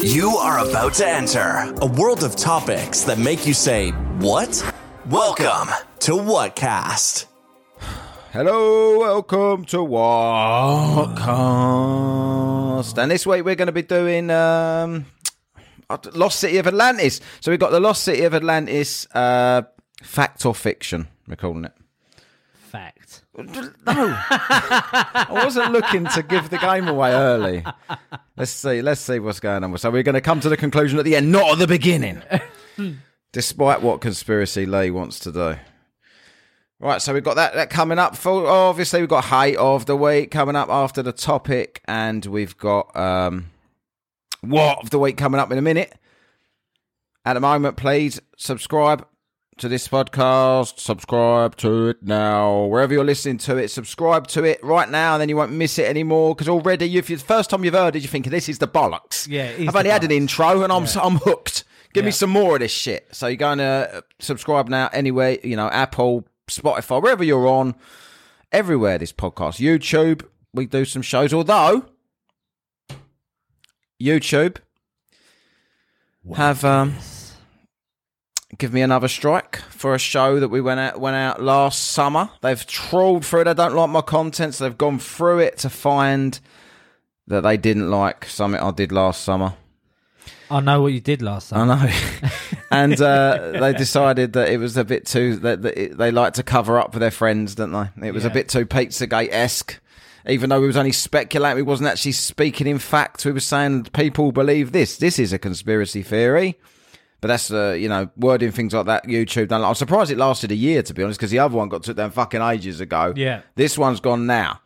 You are about to enter a world of topics that make you say, What? Welcome to Whatcast. Hello, welcome to Whatcast. And this week we're going to be doing um, Lost City of Atlantis. So we've got the Lost City of Atlantis uh, fact or fiction, we're calling it. Fact. No, I wasn't looking to give the game away early. Let's see, let's see what's going on. So we're going to come to the conclusion at the end, not at the beginning. Despite what conspiracy Lee wants to do. Right, so we've got that, that coming up. For, obviously, we've got hate of the week coming up after the topic, and we've got um, what of the week coming up in a minute. At the moment, please subscribe to this podcast. Subscribe to it now. Wherever you're listening to it, subscribe to it right now, and then you won't miss it anymore. Because already, if you the first time you've heard it, you're thinking, this is the bollocks. Yeah, it is I've the only had an bollocks. intro, and I'm, I'm hooked. Give me Yeah. some more of this shit. So you're going to uh, subscribe now anyway, you know, Apple, Spotify, wherever you're on, everywhere this podcast. YouTube, we do some shows, although YouTube have um, give me another strike for a show that we went out went out last summer. They've trawled through it. I don't like my content, so they've gone through it to find that they didn't like something I did last summer. I know what you did last I time. know. and uh, they decided that it was a bit too. That, that it, they like to cover up for their friends, don't they? It was a Yeah. bit too Pizzagate esque. Even though we was only speculating, we wasn't actually speaking in fact. We were saying people believe this. This is a conspiracy theory. But that's uh, you know wording things like that. YouTube. Done. I'm surprised it lasted a year to be honest, because the other one got took down fucking ages ago. Yeah. This one's gone now.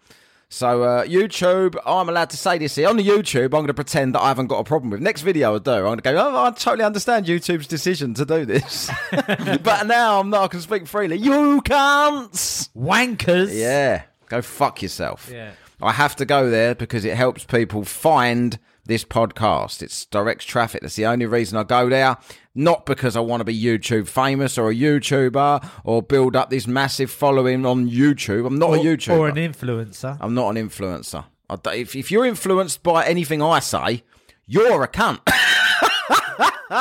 So uh, YouTube, I'm allowed to say this here on the YouTube. I'm going to pretend that I haven't got a problem with. Next video I do, I'm going to go. Oh, I totally understand YouTube's decision to do this, but now I'm not. I can speak freely. You can't. Wankers. Yeah, go fuck yourself. Yeah. I have to go there because it helps people find this podcast. It's direct traffic. That's the only reason I go there. Not because I want to be YouTube famous or a YouTuber or build up this massive following on YouTube. I'm not Or, a YouTuber. or an influencer. I'm not an influencer. I d if, if you're influenced by anything I say, you're a cunt.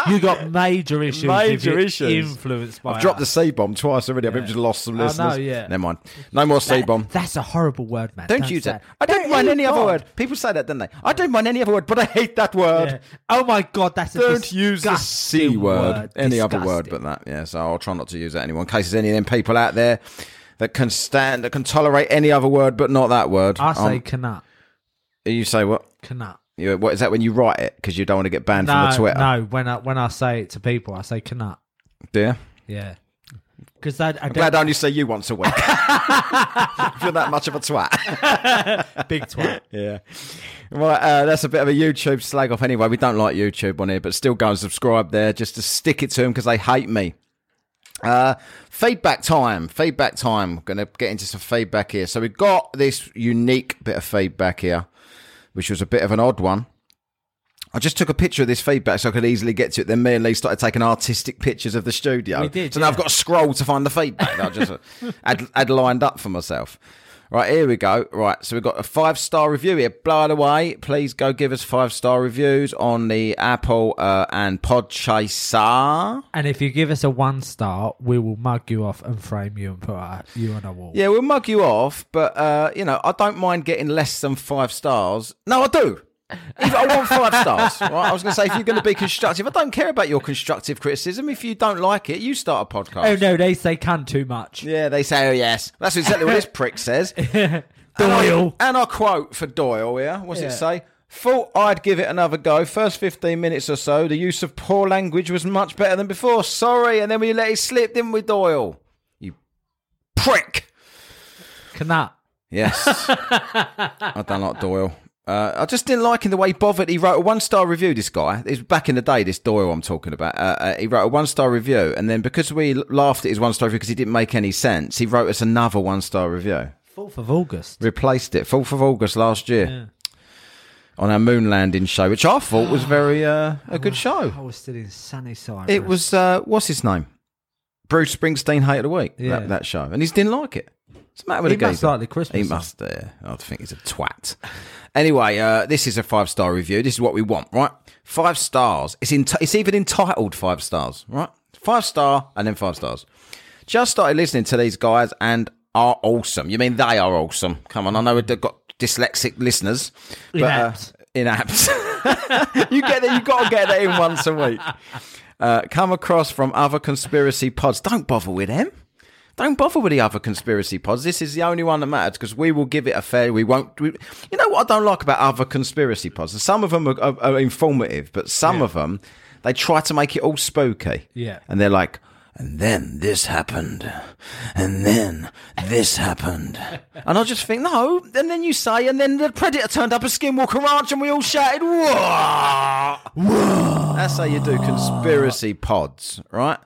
you got major issues. if Ah, Major you're issues. Influenced by. I've dropped the us. C bomb twice already. I've just lost some I know, listeners. Oh, yeah. Never mind. No more C bomb. That's a horrible word, man. Don't use it. that. I don't mind any other God. word. People say that, don't they? I don't mind any other word, but I hate that word. Yeah. Oh my god, that's a Don't use the disgusting C word. Any other word Disgusting. but that. Yeah, so I'll try not to use that anymore. In case there's any of them people out there that can stand, that can tolerate any other word but not that word. I say Um, canut. you say what? Canut. You, what is that when you write it because you don't want to get banned from No, the Twitter? no. When I when I say it to people, I say canut. Yeah. Yeah. Because I, I I'm glad don't I only see you once a week. if you're that much of a twat. big twat. yeah. Right, uh, that's a bit of a YouTube slag off anyway. We don't like YouTube on here, but still go and subscribe there just to stick it to them because they hate me. Uh, feedback time. Feedback time. Going to get into some feedback here. So we got this unique bit of feedback here, which was a bit of an odd one. I just took a picture of this feedback so I could easily get to it. Then me and Lee started taking artistic pictures of the studio. We did, so now yeah. I've got to scroll to find the feedback that I just had, had lined up for myself. Right, here we go. Right, so we've got a five star review here. By the way, please go give us five star reviews on the Apple uh, and Podchaser. And if you give us a one star, we will mug you off and frame you and put uh, you on a wall. Yeah, we'll mug you off, but uh, you know, I don't mind getting less than five stars. No, I do. If I want five stars, right? I was going to say, if you're going to be constructive, I don't care about your constructive criticism. If you don't like it, you start a podcast. Oh no, they say can too much. Yeah, they say, oh, yes. That's exactly what this prick says. Doyle. And I quote for Doyle here. What's Yeah. it say? Thought I'd give it another go. First 15 minutes or so, the use of poor language was much better than before. Sorry. And then we let it slip, didn't we, Doyle? You prick. Canut. Yes. I don't like Doyle. Uh, I just didn't like in the way he bothered. He wrote a one star review, this guy. It was back in the day, this Doyle I'm talking about. Uh, uh, he wrote a one star review. And then because we laughed at his one star review because he didn't make any sense, he wrote us another one star review. Fourth of August. Replaced it. 4th of August last year Yeah. on our moon landing show, which I thought was very uh, a good show. I was still in sunny Cyprus. It was uh, what's his name? Bruce Springsteen Hate of the Week. Yeah. That, that show, and he didn't like it. What's the matter with He the must geezer? like the Christmas He song. must. Uh, I think he's a twat. Anyway, uh, this is a five star review. This is what we want, right? Five stars. It's in. It's even entitled five stars, right? Five star and then five stars. Just started listening to these guys and are awesome. You mean they are awesome? Come on, I know they've got dyslexic listeners, but Inapt. Uh, inapt. you get that. You got to get that in once a week. Uh, come across from other conspiracy pods. Don't bother with them. Don't bother with the other conspiracy pods. This is the only one that matters because we will give it a fair. We won't. We, you know what I don't like about other conspiracy pods? Some of them are, are, are informative, but some of them they try to make it all spooky. Yeah. and they're like, and then this happened, and then this happened, and I just think no. And then you say, and then the predator turned up a skinwalker ranch, and we all shouted, "Whoa!" That's how you do conspiracy pods, right?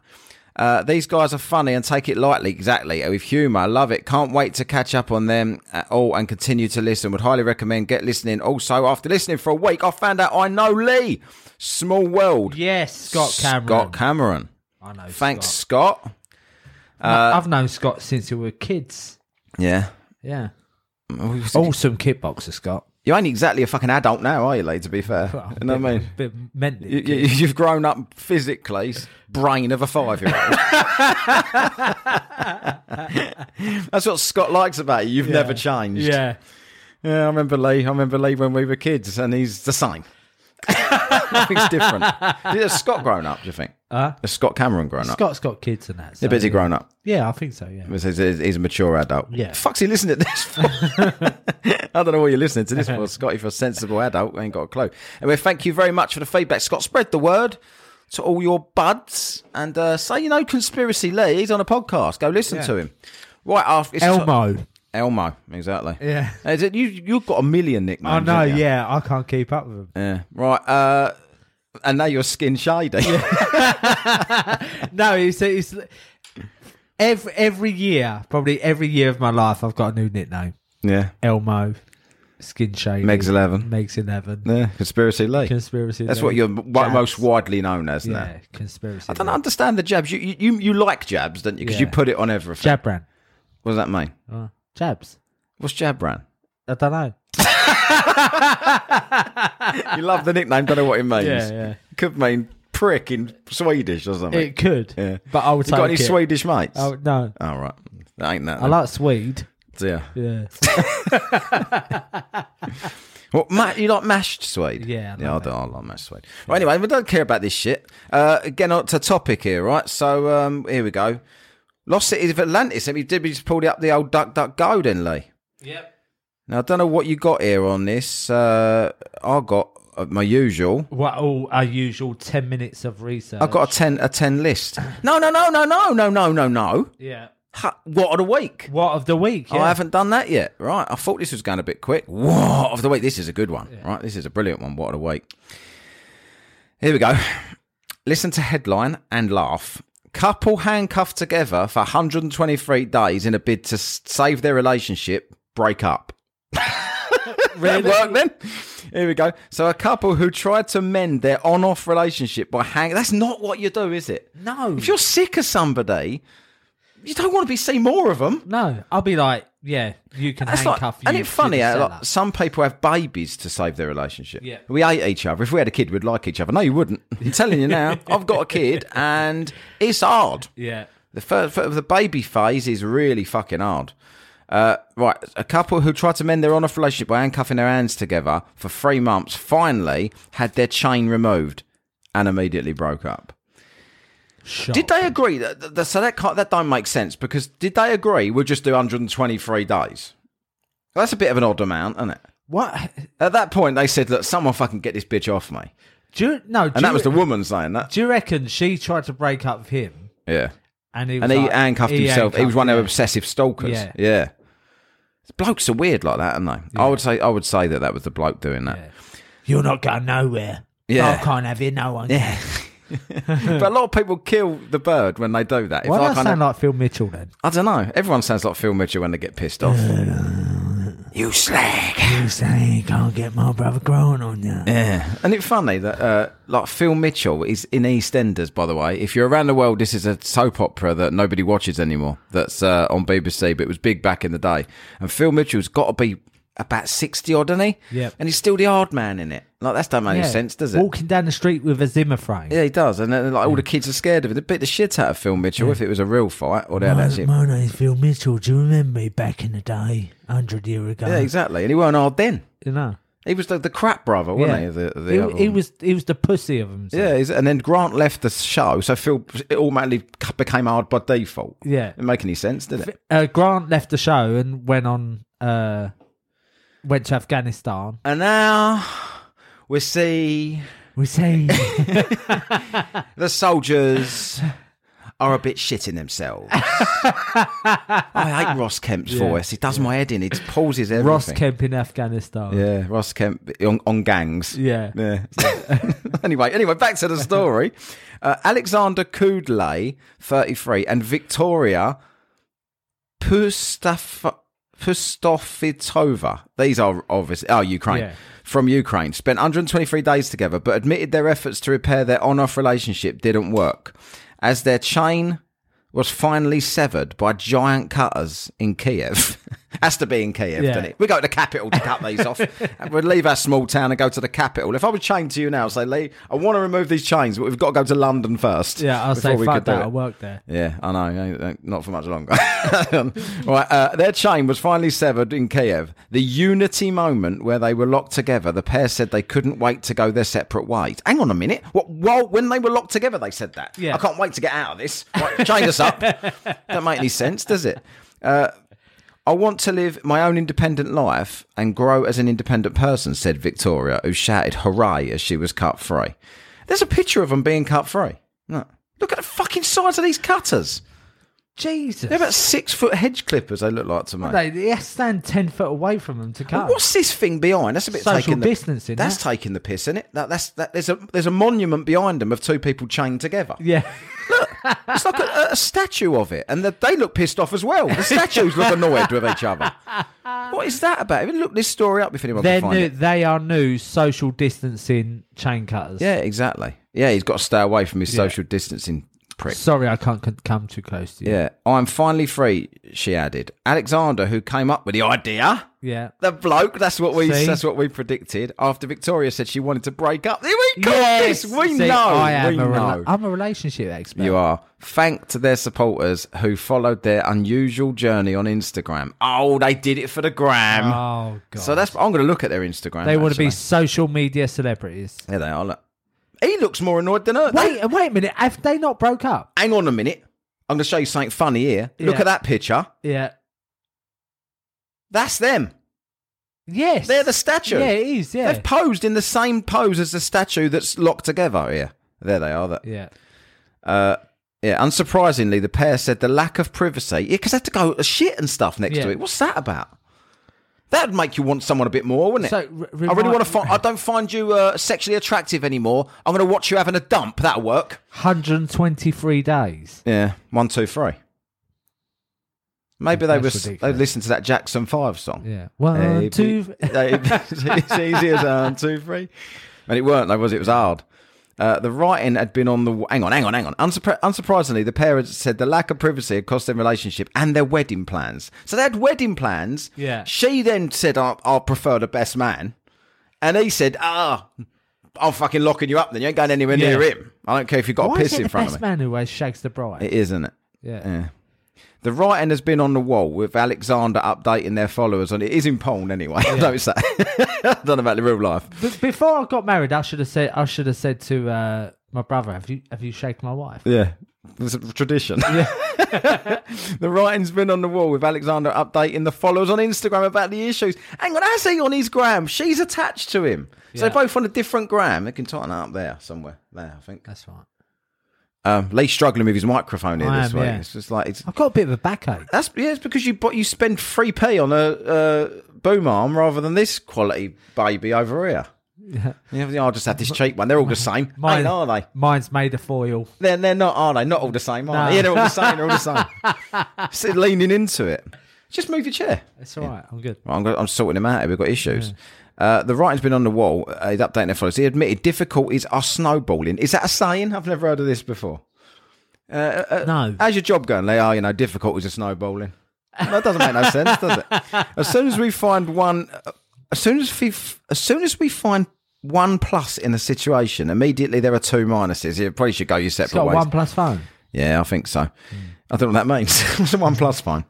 Uh, these guys are funny and take it lightly, exactly, with humour. I love it. Can't wait to catch up on them at all and continue to listen. Would highly recommend get listening. Also, after listening for a week, I found out I know Lee. Small world. Yes, Scott Cameron. Scott Cameron. I know. Thanks, uh, Scott. Scott. I- I've known Scott since we were kids. Yeah. Yeah. You Awesome kickboxer, Scott. ain't exactly a fucking adult now, are you, Lee, to be fair? Well, You know what I mean? Bit mentally. You, you, you've grown up physically, s- brain of a five year old. That's what Scott likes about you. You've never changed. yeah. Yeah, I remember Lee. I remember Lee when we were kids, and he's the same. Nothing's different. Has Scott grown up, do you think? Huh? Has Scott Cameron grown up? Scott's got kids and that. He's so- busy grown up. Yeah, I think so. Yeah. He's, he's- he's a mature adult. Yeah. Fuck's he listening to this for? I don't know what you're listening to this for, Scott. If you're a sensible adult, ain't got a clue. Anyway, thank you very much for the feedback, Scott. Spread the word to all your buds and uh, say, you know, Conspiracy Lee, he's on a podcast. Go listen to him. Right after it's Elmo. Elmo, exactly. Yeah. Is it- you, you've got a million I nicknames. know. haven't you? Yeah, I can't keep up with him. Yeah. Right. Uh, and now you're skin shady. No, it's, it's every every year, probably every year of my life, I've got a new nickname: yeah. Elmo, Skin Shady, Meg's 11. Meg's Eleven, Yeah. Conspiracy Lee. Conspiracy. That's Lee, what you're w- Jabs. most widely known as now. Yeah, Conspiracy. I don't understand the jabs. You you, you, you like jabs, don't you? Because you Yeah. put it on everything. Jabran. What does that mean? Uh, jabs. What's jabran? I don't know. you love the nickname. Don't know what it means. Yeah, yeah. Could mean prick in Swedish or something. It could, Yeah. but I would you take got any Oh. it. Swedish mates? Oh no, oh, right. That ain't that. I like Swede. yeah. Yeah, What, ma- you like mashed suede? Yeah, I yeah, I, like do, I like mashed suede. Well, anyway, we don't care about this shit. Uh, again, on to topic here, right? So um, here we go. Lost Cities of Atlantis. Have you did we just pulled it up the old Duck Duck Go then, Lee? Yep. Now I don't know what you got here on this. Uh, I got uh, my usual. What all our usual ten minutes of research. I got a ten a ten list. No, no, no, no, no, no, no, no, no. yeah. Ha, what of the week? Oh, What of the week? I yeah. haven't done that yet. Right. I thought this was going a bit quick. What of the week? This is a good one. Right. This is a brilliant one. What of the week? Here we go. Listen to headline and laugh. Couple handcuffed together for 123 days in a bid to s- save their relationship. Break up. That work then. Here we go. So a couple who tried to mend their on-off relationship by hang. That's not what you do, is it? No. If you're sick of somebody, you don't want to be see more of them. No, I'll be like, yeah, you can That's like, handcuff you. and it's funny. to the how, like, cellar. some people have babies to save their relationship. Yeah. we hate each other. If we had a kid, we'd like each other. No, you wouldn't. I'm telling you now. I've got a kid, and it's hard. yeah, The first the baby phase is really fucking hard. Uh, right, a couple who tried to mend their on-off relationship by handcuffing their hands together for three months finally had their chain removed and immediately broke up. Shock. Did they agree? That, that, that- so that can't, that don't make sense because did they agree we'll just do 123 days? That's a bit of an odd amount, isn't it? what? At that point, they said, "Look, someone fucking get this bitch off me," and Do you, no? do that you, was the woman saying that. Do you reckon she tried to break up with him, Yeah. and he and was he like- handcuffed himself. he was handcuffed- one of yeah. them obsessessive stalkers. Yeah. Yeah. blokes are weird like that, aren't they? I would say I would say that that was the bloke doing that. You're not going nowhere. Yeah. I can't have you. No one. Yeah. but a lot of people kill the bird when they do that. If Why do I, I kind sound of, like Phil Mitchell then? I don't know. Everyone sounds like Phil Mitchell when they get pissed off. you slag. You say you can't get my brother growing on you. Yeah. And it's funny that uh, like Phil Mitchell is in EastEnders, by the way. If you're around the world, this is a soap opera that nobody watches anymore. That's uh, on BBC, but it was big back in the day. And Phil Mitchell's got to be about sixty odd, isn't he? Yep. And he's still the hard man in it. Like that don't make Yeah. any sense, does it? Walking down the street with a Zimmer frame. Yeah, he does. And then like all the kids are scared of it. They beat the shit out of Phil Mitchell if it was a real fight. Or that, that's it. My name's Phil Mitchell. Do you remember me back in the day, hundred year ago? Yeah, exactly. And he weren't hard then. You know, He was the, the crap brother, wasn't Yeah. he? The, the he, other he one. was he was the pussy of them. Yeah, he's, and then Grant left the show, so Phil it automatically became hard by default. Yeah. Didn't make any sense, did it? uh, Grant left the show and went on uh, went to Afghanistan. And now we see We say the soldiers are a bit shitting themselves. I hate Ross Kemp's voice. He does my head in. He pauses everything. Ross Kemp in Afghanistan. Yeah, Ross Kemp on, on gangs. Yeah. Yeah. anyway, anyway, back to the story. Uh, Alexander Kudlay, 33, and Victoria Pustaf- Pustofitova. These are obviously, oh, Ukraine. Yeah. From Ukraine, spent 123 days together, but admitted their efforts to repair their on off relationship didn't work, as their chain was finally severed by giant cutters in Kiev. Has to be in Kiev, Yeah. doesn't it? We go to the capital to cut these off. And We'd leave our small town and go to the capital. If I was chained to you now, I'd say, Lee, I want to remove these chains, but we've got to go to London first. Yeah, I'll before say we fuck could do that. I it." worked there. Yeah, I know. you know, Not for much longer. right, uh, their chain was finally severed in Kiev. The unity moment where they were locked together, the pair said they couldn't wait to go their separate ways. Hang on a minute. What? Well, when they were locked together, they said that. Yeah. I can't wait to get out of this. Right, chain us up. Don't make any sense, does it? Uh, I want to live my own independent life and grow as an independent person, said Victoria, who shouted hooray as she was cut free. There's a picture of them being cut free. Look Look at the fucking size of these cutters. Jesus. They're about six foot hedge clippers, they look like to me. they, they have to stand ten foot away from them to cut. What's this thing behind? That's a bit Social taking the, distancing, That's that. taking the piss, isn't it? That, that's that. There's a there's a monument behind them of two people chained together. yeah. It's like a, a statue of it, and the, they look pissed off as well. The statues look annoyed with each other. What is that about? Even look this story up if anyone They're can find new, it. they are new social distancing chain cutters. Yeah, exactly. Yeah, he's got to stay away from his social distancing prick. Sorry, I can't c- come too close to you. Yeah, I'm finally free. She added. Alexander, who came up with the idea. Yeah. The bloke. That's what we. See? That's what we predicted. After Victoria said she wanted to break up, Here we got Yes! this. We See, know. I am we a know. rela- I'm a relationship expert. you are thanked their supporters who followed their unusual journey on Instagram. Oh, they did it for the gram. Oh god. so that's. I'm going to look at their Instagram. they want to actually. be social media celebrities. There they are. Look. He looks more annoyed than her. Wait, uh, wait a minute. Have they not broke up? hang on a minute. I'm going to show you something funny here. Look Yeah. at that picture. Yeah. That's them. Yes. They're the statue. Yeah, it is. Yeah. They've posed in the same pose as the statue that's locked together here. There they are. That, yeah. uh, yeah, unsurprisingly, the pair said the lack of privacy. Yeah, because they had to go to shit and stuff next Yeah. to it. What's that about? That would make you want someone a bit more, wouldn't it? So, re- I really remind- want to find. I don't find you uh, sexually attractive anymore. I'm going to watch you having a dump. That'll work. 123 days. Yeah, one, two, three. Maybe they That's was they ridiculous. listened to that Jackson Five song. Yeah. One, Hey, two. pe- hey, it's easy as um, two, three. And it weren't, though, was it? It was hard. Uh, the writing had been on the. w- Hang on, hang on, hang on. Unsurpri- unsurprisingly, the pair had said the lack of privacy had cost their relationship and their wedding plans. So they had wedding plans. Yeah. She then said, I- I'll prefer the best man. And he said, Ah, I'm fucking locking you up then. You ain't going anywhere Yeah. near him. I don't care if you've got Why a piss is it in the front best of me. man who always shags the bride? It is, isn't it? yeah. Yeah. The writing has been on the wall with Alexander updating their followers on it. Is in porn anyway. I noticed that. I don't know about the real life. But before I got married, I should have said I should have said to uh, my brother, "Have you have you shaken my wife?" Yeah. It's a tradition. the writing's been on the wall with Alexander updating the followers on Instagram about the issues. Hang on, how's he on his gram? She's attached to him. So Yeah. they're both on a different gram. They can tighten it up there somewhere. There, I think. That's right. Um, Lee's struggling with his microphone here I this am, week. yeah. It's just like, it's, I've got a bit of a backache. that's yeah, it's because you bought you spend three p on a uh, boom arm rather than this quality baby over here. Yeah, I'll just have this cheap one. They're all the same, Mine- Ain't, are they? Mine's made of foil. They're, they're not, are they? Not all the same, are No. they? Yeah, they're all the same. They're all the same. so leaning into it. Just move your chair. It's all right. I'm good. Well, I'm, go- I'm sorting him out. here. We've got issues. Uh, the writing's been on the wall. Uh, he's updating their followers. He admitted difficulties are snowballing. Is that a saying? I've never heard of this before. Uh, no. How's your job going? They are, you know, difficulties are snowballing. That doesn't make no uh, sense, does it? As soon as we find one, as soon as we, as soon as we find one plus in a situation, immediately there are two minuses. You probably should go your It's separate got a ways. one plus phone. Yeah, I think so. I don't know what that means. What's a one plus phone?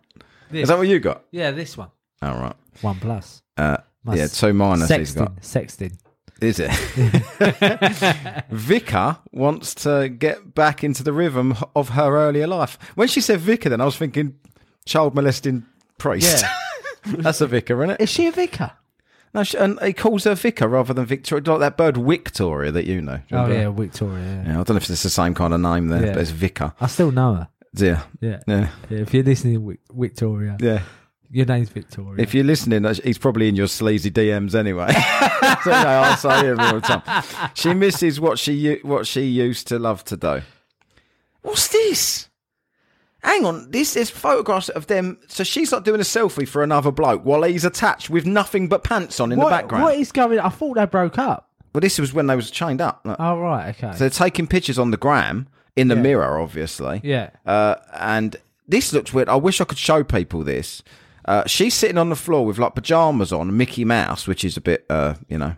This. Is that what you got? Yeah, this one. All right. One plus. Uh, My yeah, s- two minus he's got. Sexting. Sexting. Is it? Vicar wants to get back into the rhythm of her earlier life. When she said vicar, then I was thinking child molesting priest. That's a vicar, isn't it? Is she a vicar? No, she, and he calls her vicar rather than Victoria, like that bird Victoria that you know. Oh Remember? yeah, Victoria. Yeah. Yeah, I don't know if it's the same kind of name there, Yeah. but it's vicar. I still know her. Yeah. Yeah. Yeah. Yeah, If you're listening, Vic- Victoria, Yeah. your name's Victoria. If you're listening, uh, he's probably in your sleazy DMs anyway. so no, I'll say it all the time. She misses what she u- what she used to love to do. What's this? Hang on, this is photographs of them. So she's not doing a selfie for another bloke while he's attached with nothing but pants on in what, the background. what is going? I thought they broke up. Well, this was when they was chained up. Look. Oh right, okay. So they're taking pictures on the gram in the mirror, obviously. yeah. Uh, and this looks weird. I wish I could show people this. Uh, she's sitting on the floor with like pajamas on, Mickey Mouse, which is a bit, uh, you know,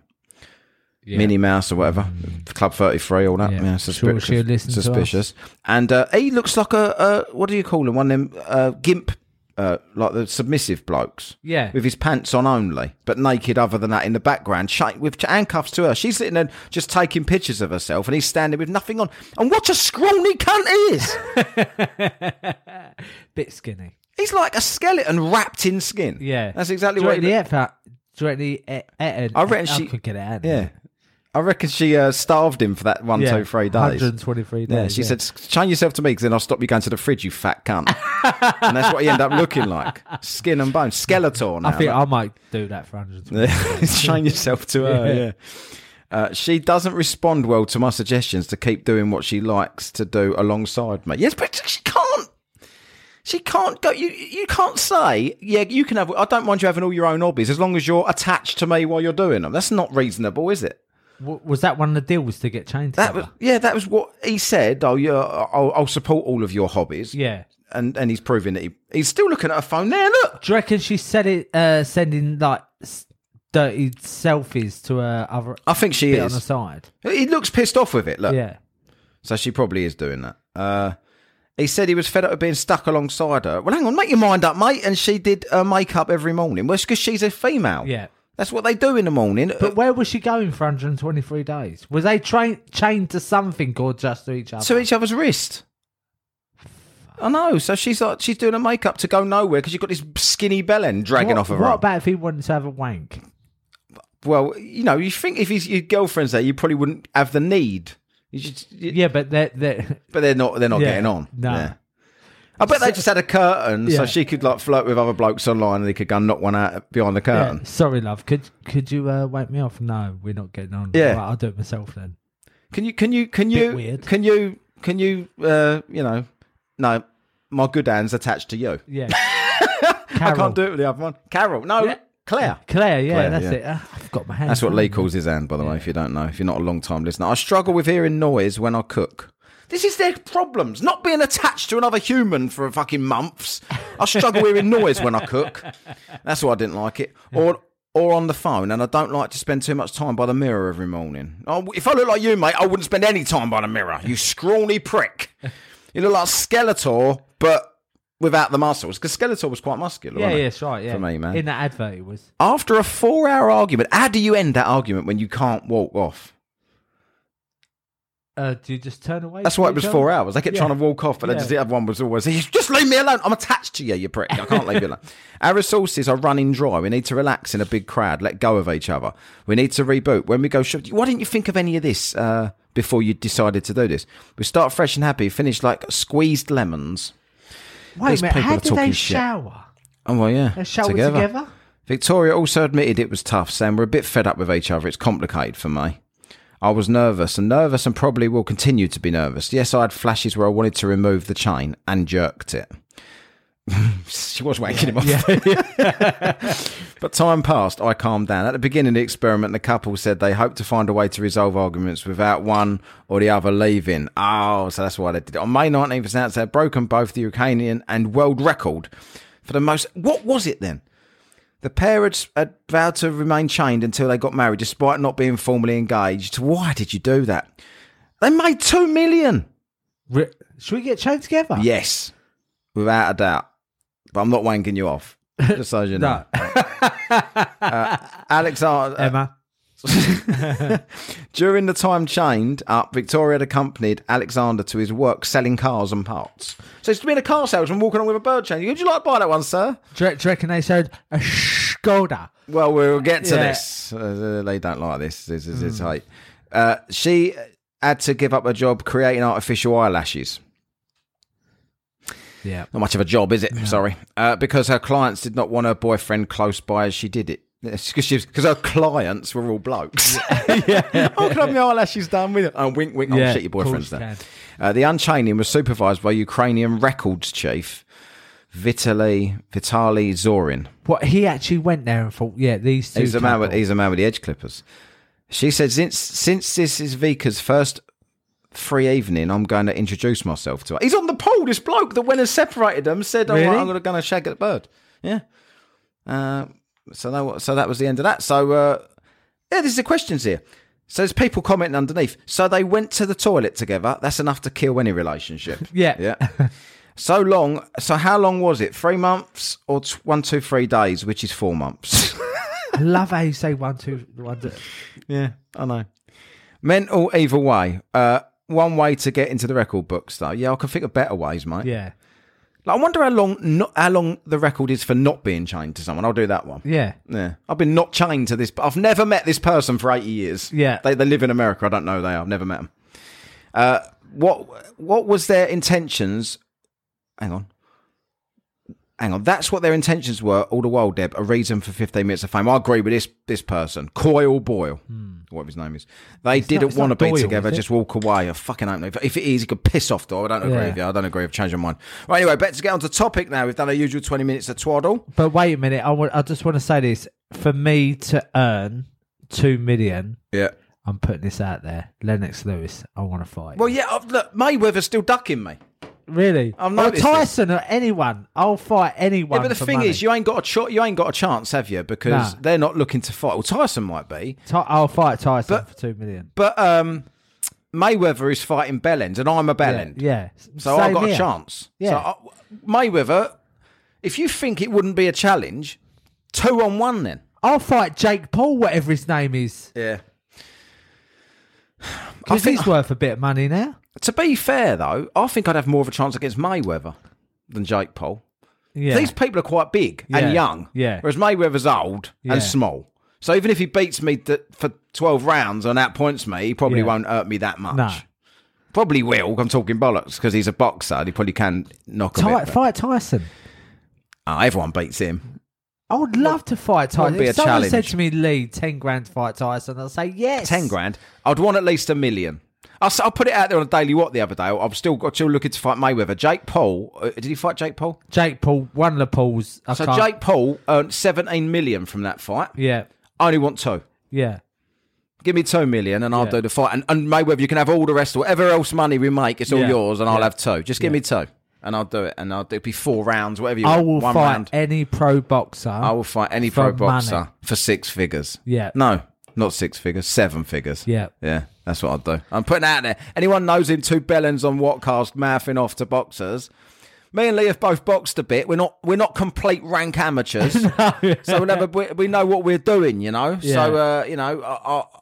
yeah. Minnie Mouse or whatever, Club Thirty Three, all that. Yeah. Yeah, Sure, suspicious. she'll listen to us. suspicious. And uh, he looks like a uh, what do you call him? One of them uh, gimp, uh, like the submissive blokes. Yeah. with his pants on only, but naked other than that in the background, sh- with handcuffs to her. She's sitting there just taking pictures of herself, and he's standing with nothing on. And what a scrawny cunt he is! Bit skinny. he's like a skeleton wrapped in skin. Yeah. that's exactly Do you what. reckon He he look- ate that? Do you reckon he ate- ate it? I reckon she- could get it out. yeah, I reckon she uh, starved him for that one, two, three days. 123 days. Yeah, she said, "Chain yourself to me, because then I'll stop you going to the fridge, you fat cunt." and that's what you end up looking like, skin and bone, skeletor. Now, I think I might do that for 120. chain yourself to her. Yeah. Uh, she doesn't respond well to my suggestions to keep doing what she likes to do alongside me. Yes, but she can't. She can't go. You you can't say yeah. You can have. I don't mind you having all your own hobbies as long as you're attached to me while you're doing them. That's not reasonable, is it? W- was that one of the deals to get chained That together? was yeah. That was what he said. Oh yeah. I'll, I'll support all of your hobbies. yeah. and and he's proving that he, he's still looking at her phone there. Look, Do you reckon she said it, uh, sending like s- dirty selfies to her other I think she bit on is. the Uh, side? He looks pissed off with it. Look, Yeah. so she probably is doing that. Uh, he said he was fed up of being stuck alongside her. Well, hang on, make your mind up, mate. And she did her makeup every morning. Well, because she's a female. Yeah. that's what they do in the morning. uh, But where was she going for 123 days? Was they train chained to something or just to each other? to each other's wrist. I know. So she's like she's doing her makeup to go nowhere because you've got this skinny bellend dragging what, off of her. What arm. about if he wanted to have a wank? well, you know, you think if his, your girlfriend's there, you probably wouldn't have the need. You just, you- Yeah, but they're, they're, but they're not they're not Yeah, getting on. no. Yeah. I bet they just had a curtain Yeah. so she could like flirt with other blokes online and they could go and knock one out behind the yeah, curtain. sorry, love. Could could you uh, wake me off? No, we're not getting on. Yeah. Right, I'll do it myself then. Can you can you can Bit you weird. can you can you uh you know no my good hand's attached to you. Yeah. I can't do it with the other one. Carol, no Yeah. Claire. Claire, yeah, Claire, that's yeah. it. Ah, I've got my hand. That's what Lee calls his hand, by the way, if you don't know, if you're not a long time listener. I struggle with hearing noise when I cook. This is their problems, not being attached to another human for fucking months. I struggle hearing noise when I cook. That's why I didn't like it. Or or on the phone, and I don't like to spend too much time by the mirror every morning. Oh, if I look like you, mate, I wouldn't spend any time by the mirror. You scrawny prick. You look like Skeletor, but without the muscles. Because Skeletor was quite muscular. Yeah, wasn't yeah, he? that's right. Yeah, For me, man. In that advert, it was. After a four hour argument, how do you end that argument when you can't walk off? Uh, do you just turn away? That's why it was four hours. I kept Yeah. trying to walk off, but I just Yeah. the other one was always, "You just leave me alone. I'm attached to you, you prick. I can't leave you alone. Our resources are running dry. We need to relax in a big crowd, let go of each other. We need to reboot. When we go shopping, why didn't you think of any of this uh, before you decided to do this? We start fresh and happy, finish like squeezed lemons. Wait These a minute. people How are did they talking shit. shower? Oh, well, yeah. They showered together. Victoria also admitted it was tough, saying we're a bit fed up with each other. It's complicated for me. I was nervous and nervous and probably will continue to be nervous. Yes, I had flashes where I wanted to remove the chain and jerked it. she was wanking him off. but time passed, I calmed down. At the beginning of the experiment, the couple said they hoped to find a way to resolve arguments without one or the other leaving. Oh, so that's why they did it. On May 19th, it's announced they had broken both the Ukrainian and world record for the most. What was it then? The pair had, had vowed to remain chained until they got married, despite not being formally engaged. Why did you do that? They made two million. Re- Should we get chained together? Yes, without a doubt. But I'm not wanking you off. Just so you know. Uh, No. Alexander, Emma. during the time chained up, Victoria had accompanied Alexander to his work selling cars and parts. So it's been a car salesman walking on with a bird chain. Would you like to buy that one, sir? Do you do you reckon they showed a Skoda? Well, we'll get to Yeah. Hmm. this. Uh, they don't like this. This is it's hype. Uh, she had to give up her job creating artificial eyelashes. Yeah. Not much of a job, is it? Sorry. Uh, because her clients did not want her boyfriend close by as she did it. Because her clients were all blokes. yeah. oh, can I have my eyelashes done with it? Oh, wink, wink. Yeah, oh, shit, your of course boyfriend's you there. Uh, the unchaining was supervised by Ukrainian records chief, Vitaly, Vitaly Zorin. What he actually went there and thought, yeah, these two. He's a man with couple. he's a man with the edge clippers. She said, since since this is Vika's first free evening, I'm going to introduce myself to her. He's on the pole. This bloke that went and separated them said, "All right, Really? I'm going to go and shag at the bird." Yeah. Uh, so that so that was the end of that. So uh, yeah, there's the questions here. So there's people commenting underneath. So they went to the toilet together. That's enough to kill any relationship. Yeah. Yeah. So long. So how long was it? Three months or t- one, two, three days, which is four months. I love how you say one, two, one, two. Yeah, I know. Mental either way. Uh, one way to get into the record books, though. Yeah, I can think of better ways, mate. Yeah. Like, I wonder how long not, how long the record is for not being chained to someone. I'll do that one. Yeah. Yeah, I've been not chained to this. But I've never met this person for eighty years. Yeah. they, they live in America. I don't know who they. Are. I've never met them. Uh, what what was their intentions? Hang on, hang on. That's what their intentions were all the while. Deb, a reason for fifteen minutes of fame. I agree with this this person, Coyle Boyle, whatever his name is. They not- didn't Hmm. it's want to not be Doyle, together. is it? Just walk away. I fucking don't know. If- If it is, you could piss off. Though I don't agree Yeah. with you. I don't agree. I've changed my mind. Right, anyway, better to get on to topic now. We've done our usual twenty minutes of twaddle. But wait a minute. I, want, I just want to say this. For me to earn two million, Yeah. I'm putting this out there. Lennox Lewis, I want to fight. Well, yeah. I've, look, Mayweather's still ducking me. really? I've or noticed Tyson or anyone. I'll fight anyone. Yeah, but the for thing money. is, you ain't got a cho- you ain't got a chance, have you? Because Nah. they're not looking to fight. Well, Tyson might be, Ty- I'll fight Tyson But- for two million. but um, Mayweather is fighting Bellend, and I'm a Yeah. Bellend, yeah. so Same I've got here. a chance. Yeah. So I, Mayweather, if you think it wouldn't be a challenge, two on one then. I'll fight Jake Paul, whatever his name is, Yeah. I because think, he's worth a bit of money now. to be fair though, I think I'd have more of a chance against Mayweather than Jake Paul. Yeah. These people are quite big Yeah. and young. Yeah. Whereas Mayweather's old Yeah. and small. So even if he beats me th- for 12 rounds and outpoints me, he probably Yeah. won't hurt me that much. No. Probably will. I'm talking bollocks because he's a boxer. He probably can knock him Ty- out. fight Tyson. everyone beats him. I would love to fight Tyson. wouldn't be If a someone said challenge. to me, Lee, 10 grand to fight Tyson, I'd say yes. 10 grand. I'd want at least a million. I'll, s- I'll put it out there on a daily what the other day. I'm still got still looking to fight Mayweather. Jake Paul. Uh, did he fight Jake Paul? Jake Paul, one of the Pauls. I So can't- Jake Paul earned 17 million from that fight. Yeah. I only want two. Yeah. Give me two million and I'll Yeah. do the fight. And, and Mayweather, you can have all the rest, whatever else money we make, it's all Yeah. yours. And I'll Yeah. have two. Just give me two, and I'll do it. And I'll do, it'll be four rounds, whatever you I want. will One fight round. any pro boxer. I will fight any pro for money. boxer for six figures. Yeah. no, not six figures, seven figures. Yeah. yeah, that's what I'll do. I'm putting it out there. Anyone knows him? Two bellends on Whatcast, mouthing off to boxers. Me and Lee have both boxed a bit. We're not we're not complete rank amateurs, so we'll have a, we, we know what we're doing, you know. So Yeah. uh, you know, I,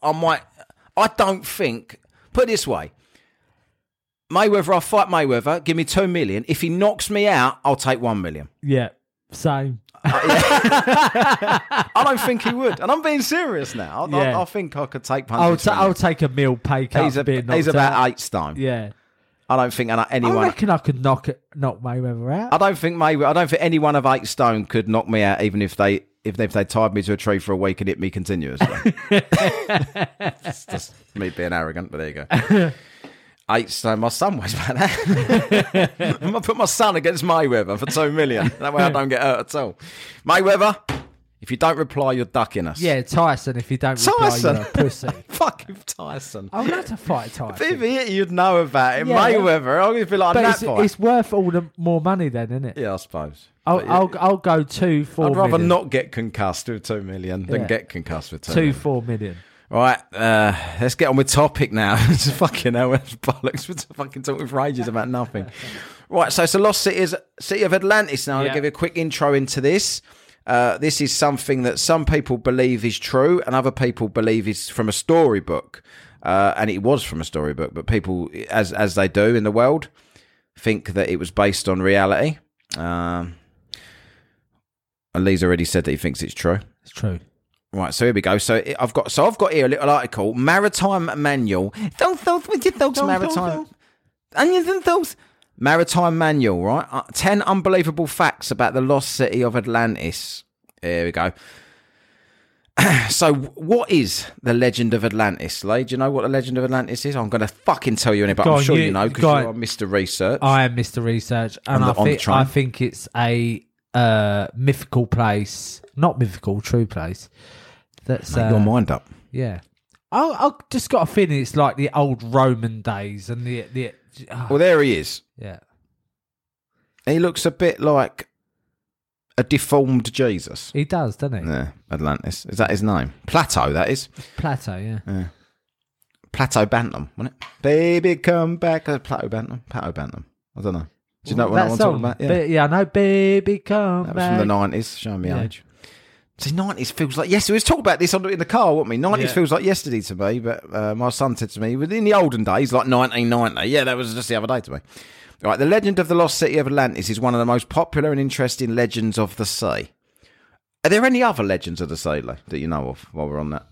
I, I might. I don't think. Put it this way. Mayweather, I'll fight Mayweather. Give me two million. If he knocks me out, I'll take one million. Yeah. Same. I don't think he would, and I'm being serious now. I, I- Yeah. I think I could take I'll, punches. ta- from I'll him. take a meal pay cut. he's, a, being he's knocked about out. eight stone. Yeah. I don't think and anyone. I I, reckon I could knock it, knock Mayweather out. don't think maybe. I don't think anyone of eight stone could knock me out, even if they if they, if they tied me to a tree for a week and hit me continuously. it's just me being arrogant, but there you go. Eight stone. My son weighs about that. I'm gonna put my son against Mayweather for two million. That way I don't get hurt at all. Mayweather, If you don't reply, you're ducking us. Yeah, Tyson. If you don't reply, Tyson. you're a pussy. Fucking Tyson. I would like to fight If Tyson. he- you'd know about it. Yeah. Mayweather, I'm going to be like But that it's, fight. it's worth all the more money then, isn't it? Yeah, I suppose. I'll, But I'll I'll go two four. I'd rather million. not get concussed with two million than Yeah. get concussed with two. two million. four million. Right, uh, let's get on with topic now. it's fucking hell, that's bollocks. We're fucking talking for ages about nothing. right, so it's the Lost Cities, City of Atlantis. Now, I'm Yeah. going to give you a quick intro into this. Uh, this is something that some people believe is true and other people believe is from a storybook. Uh, and it was from a storybook, but people, as, as they do in the world, think that it was based on reality. Um, and Lee's already said that he thinks it's true. It's true. Right, so here we go. So it- I've got so I've got here a little article, maritime manual. Don't those with your dogs, Don't, don't, maritime don't. onions and those maritime manual. Right, uh, ten unbelievable facts about the lost city of Atlantis. Here we go. so, what is the legend of Atlantis, Lee? Do you know what the legend of Atlantis is? I'm going to fucking tell you in it, but Go I'm on, sure you, you- know go because on. you're Mr. Research. I am Mr. Research, and On the- I on the think train. I think it's a uh, mythical place, not mythical, true place. That's Make your uh, mind up. yeah. I I just got a feeling it's like the old Roman days and the the ah, Well, there he is. yeah. He looks a bit like a deformed Jesus. He does, doesn't he? Yeah, Atlantis. Is that his name? Plato, that is. Plateau, yeah. Plato Bantam, wasn't it? Baby, come back. Uh, Plato Bantam. Plato Bantam. I don't know. Do you know what that I'm song, talking about? Yeah. Ba- I know. Baby, come that was back. from the 90s, showing me Yeah. age. See, 90s feels like. Yes, we was talking about this on, in the car, weren't we? 90s Yeah. feels like yesterday to me, but uh, my son said to me, within the olden days, like 1990. Yeah, that was just the other day to me. Right, the legend of the lost city of Atlantis is one of the most popular and interesting legends of the sea. Are there any other legends of the sea, Lee, that you know of while we're on that?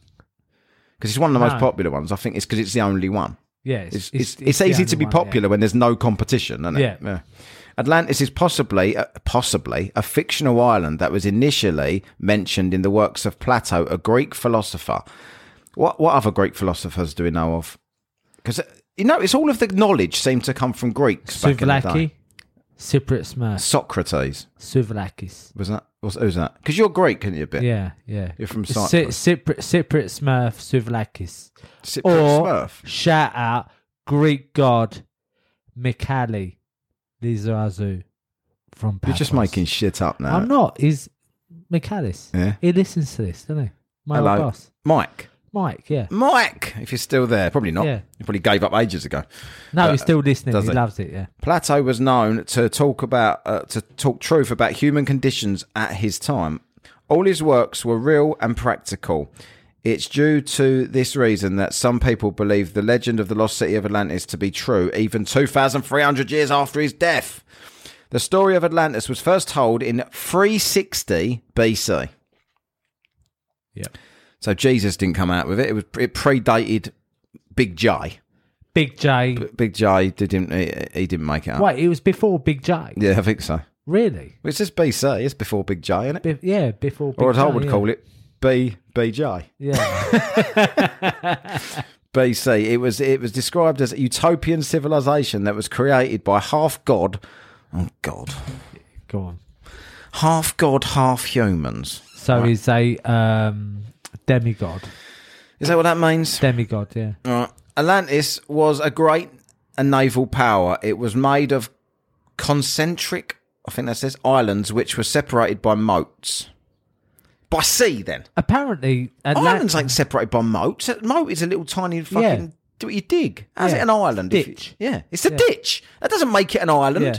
Because it's one of the most No. popular ones. I think it's because it's the only one. yeah, It's, it's- it's, it's, the easy only to be one, yeah. popular when there's no competition, isn't it? Yeah. Atlantis is possibly, uh, possibly a fictional island that was initially mentioned in the works of Plato, a Greek philosopher. What what other Greek philosophers do we know of? Because you know, it's all of the knowledge seemed to come from Greeks back in the Souvlaki, day. Cypriot Smurf, Socrates Souvlakis. was that? Was, who's that? Because you're Greek, aren't you? A bit. Yeah, yeah. You're from Cy- Cyprus. Cypriot, Cypriot Smurf, Souvlakis. Cypriot Or Smurf. shout out Greek god Mikali Lizazu from Papos. You're just making shit up now. I'm not. He's Michalis. Yeah. He listens to this, doesn't he? My old Hello, Mm. boss. Mike. Mike, yeah. Mike, if you're still there, probably not. Yeah. You probably gave up ages ago. No, he's still listening. Uh, does He he? loves it, yeah. Plato was known to talk about uh, to talk truth about human conditions at his time. All his works were real and practical. It's due to this reason that some people believe the legend of the lost city of Atlantis to be true, even 2,300 years after his death. The story of Atlantis was first told in 360 BC. Yeah. So Jesus didn't come out with it. It was it predated Big J. Big J. Big J didn't he, he didn't make it up. Wait, it was before Big J. Yeah, I think so. Really? It's just BC. It's before Big J, isn't it? Be- yeah, before Big or as J. I would yeah. call it, B BJ. Yeah. BC. It was it was described as a utopian civilization that was created by half god, oh god, Go on. half god, half humans. So he's a um, demigod. Is that what that means? Demigod, yeah. Right. Atlantis was a great and naval power. It was made of concentric, I think that says, islands which were separated by moats. By sea, then. Apparently, Islands Atlantis. ain't separated by moats. A moat is a little tiny fucking. Yeah. Do what you dig. How's Yeah. it an island? if you- Ditch. yeah, it's a ditch. That doesn't make it an island. Yeah.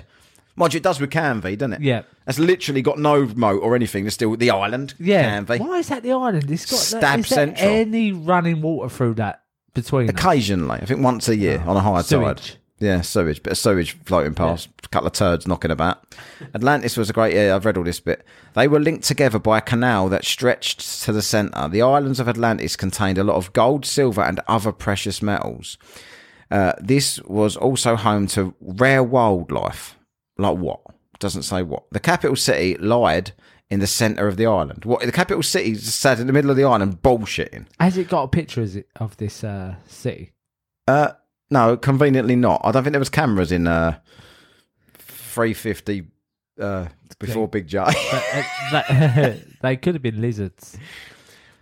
Mind you, it does with Canvey, doesn't it? Yeah. That's literally got no moat or anything. It's still the island. Yeah. Canvey. Why is that the island? It's got Stab that, is there central. any running water through that between us? Occasionally, I think once a year on a high Sewage. tide. Yeah, sewage, bit of sewage floating past, a couple of turds knocking about. Atlantis was a great. Yeah, I've read all this bit. They were linked together by a canal that stretched to the center. The islands of Atlantis contained a lot of gold, silver, and other precious metals. Uh, this was also home to rare wildlife. Like what? Doesn't say what. The capital city lied in the center of the island. What? The capital city sat in the middle of the island, bullshitting. Has it got a picture is it, of this uh, city? Uh, no, conveniently not. I don't think there was cameras in uh, 350 uh, before Big J. Uh, that- they could have been lizards.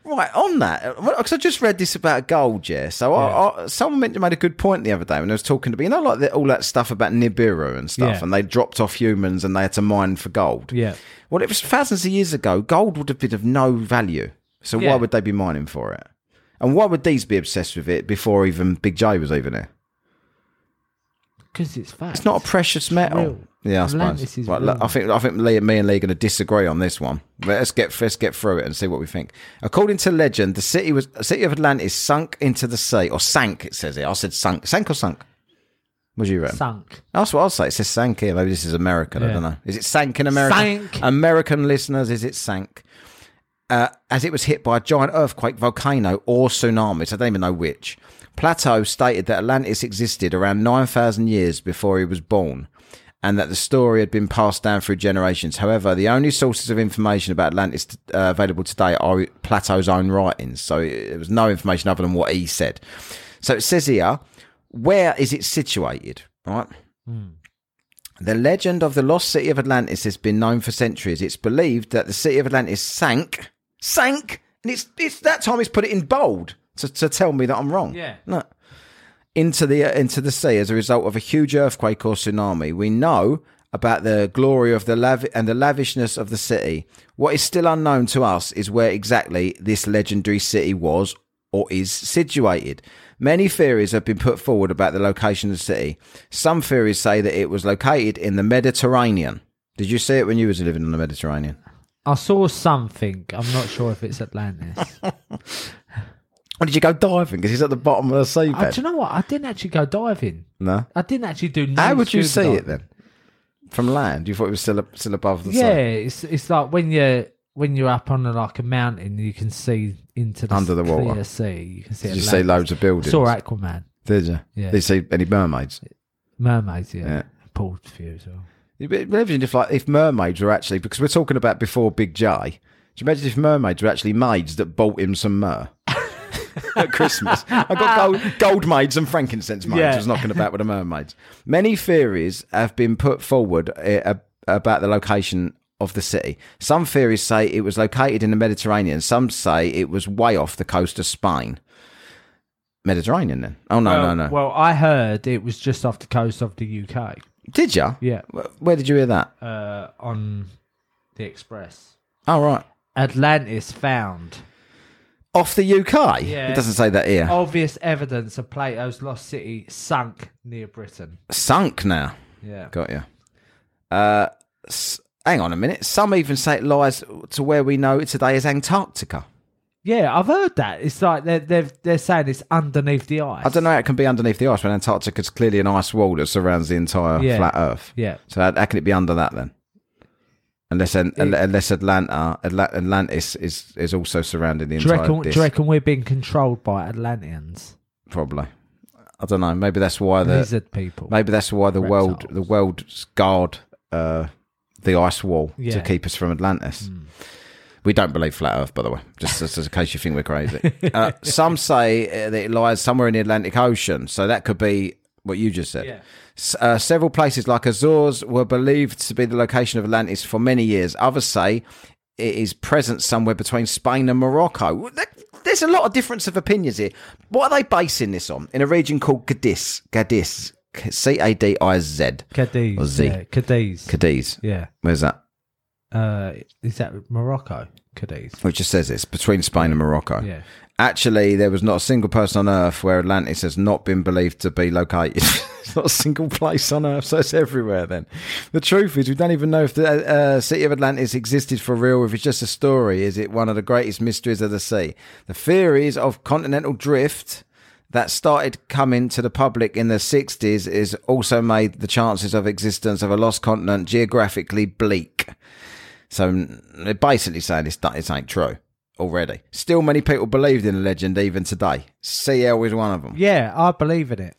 Right on that, because I just read this about gold, yeah. So I, I, someone meant to made a good point the other day when I was talking to you know, like the, all that stuff about Nibiru and stuff, Yeah. and they dropped off humans and they had to mine for gold. Yeah. Well, it was thousands of years ago. Gold would have been of no value, so Yeah. why would they be mining for it? And why would these be obsessed with it before even Big J was even there? Because it's fat. It's not a precious metal. real. Yeah, I Atlantis suppose. is Right, real. look, I think I think Lee, me and Lee are going to disagree on this one. But let's get let's get through it and see what we think. According to legend, the city was the city of Atlantis sunk into the sea or sank. It says it. I said sunk, sank or sunk. What do you reckon? sunk. That's what I'll say. It says sank here. Maybe this is American. I Yeah. don't know. Is it sank in America? Sank. American listeners, is it sank? Uh, as it was hit by a giant earthquake, volcano, or tsunami. So I don't even know which. Plato stated that Atlantis existed around 9,000 years before he was born and that the story had been passed down through generations. However, the only sources of information about Atlantis uh, available today are Plato's own writings. So it, it was no information other than what he said. So it says here, where is it situated? Right? The legend of the lost city of Atlantis has been known for centuries. It's believed that the city of Atlantis sank, sank, and it's it's that time it's put it in bold to, to tell me that I'm wrong. Yeah. No. Into the uh, into the sea as a result of a huge earthquake or tsunami. We know about the glory of the lav- and the lavishness of the city. What is still unknown to us is where exactly this legendary city was or is situated. Many theories have been put forward about the location of the city. Some theories say that it was located in the Mediterranean. Did you see it when you was living in the Mediterranean? I saw something. I'm not sure if it's Atlantis. Or did you go diving? Because it's at the bottom of the sea I, bed. do you know what? I didn't actually go diving. No. I didn't actually do. No How would you see scuba it diving. then? From land? You thought it was still up, still above the Yeah, sea? it's it's like when you when you're up on like a mountain, you can see into the Under the clear water. sea. You can see. Did you see Atlantis. loads of I buildings? saw Aquaman, Did you? Yeah. Did you see any mermaids? mermaids. Yeah, Yeah. Paul's view as well. It'd be- Imagine if, like, if mermaids were actually because we're talking about before Big J. Do you imagine if mermaids were actually maids that bought him some myrrh at Christmas? I got gold, gold maids and frankincense maids. Yeah. I was knocking about with the mermaids. Many theories have been put forward eh, ab- about the location of the city. Some theories say it was located in the Mediterranean. Some say it was way off the coast of Spain. Mediterranean, then? Oh no, well, no, no. Well, I heard it was just off the coast of the UK. did you? Yeah, Where did you hear that? uh, on the Express. Oh right. Atlantis found off the UK. Yeah. Oh. It doesn't say that here. obvious evidence of Plato's lost city sunk near Britain. Sunk now. Yeah, Got you. Uh, s- hang on a minute. Some even say it lies to where we know it today as Antarctica. yeah, I've heard that. It's like they're they're, they're saying it's underneath the ice. I don't know how it can be underneath the ice when Antarctica's clearly an ice wall that surrounds the entire Yeah. flat Earth. Yeah, So how, how can it be under that then? Unless an, It- unless Atlanta, Atla- Atlantis is, is also surrounding the do you, entire reckon, do disk, you reckon we're being controlled by Atlanteans, probably. I don't know. Maybe that's why the lizard people? Maybe that's why the world Reptiles. the world's guard uh, the ice wall Yeah. Hmm. to keep us from Atlantis. We don't believe flat Earth, by the way, just as, as in case you think we're crazy. uh, some say uh, that it lies somewhere in the Atlantic Ocean, so that could be what you just said. Yeah. S- Uh, several places like Azores were believed to be the location of Atlantis for many years. Others say it is present somewhere between Spain and Morocco. There- There's a lot of difference of opinions here. What are they basing this on? In a region called Cadiz, Cadiz, C A D I Z, Cadiz, Or Z. yeah, Cadiz, Cadiz. yeah. Where's that? Uh, is that Morocco? Cadiz. Which just says it's between Spain and Morocco. Yeah. Actually, there was not a single person on Earth where Atlantis has not been believed to be located. it's not a single place on Earth, so it's everywhere. Then, the truth is, we don't even know if the uh, uh, city of Atlantis existed for real. If it's just a story, is it one of the greatest mysteries of the sea? The theories of continental drift that started coming to the public in the 60s is also made the chances of existence of a lost continent geographically bleak. So n- they're basically saying it's not, it ain't true already. Still, many people believed in the legend even today. CL is one of them. Yeah, I believe in it.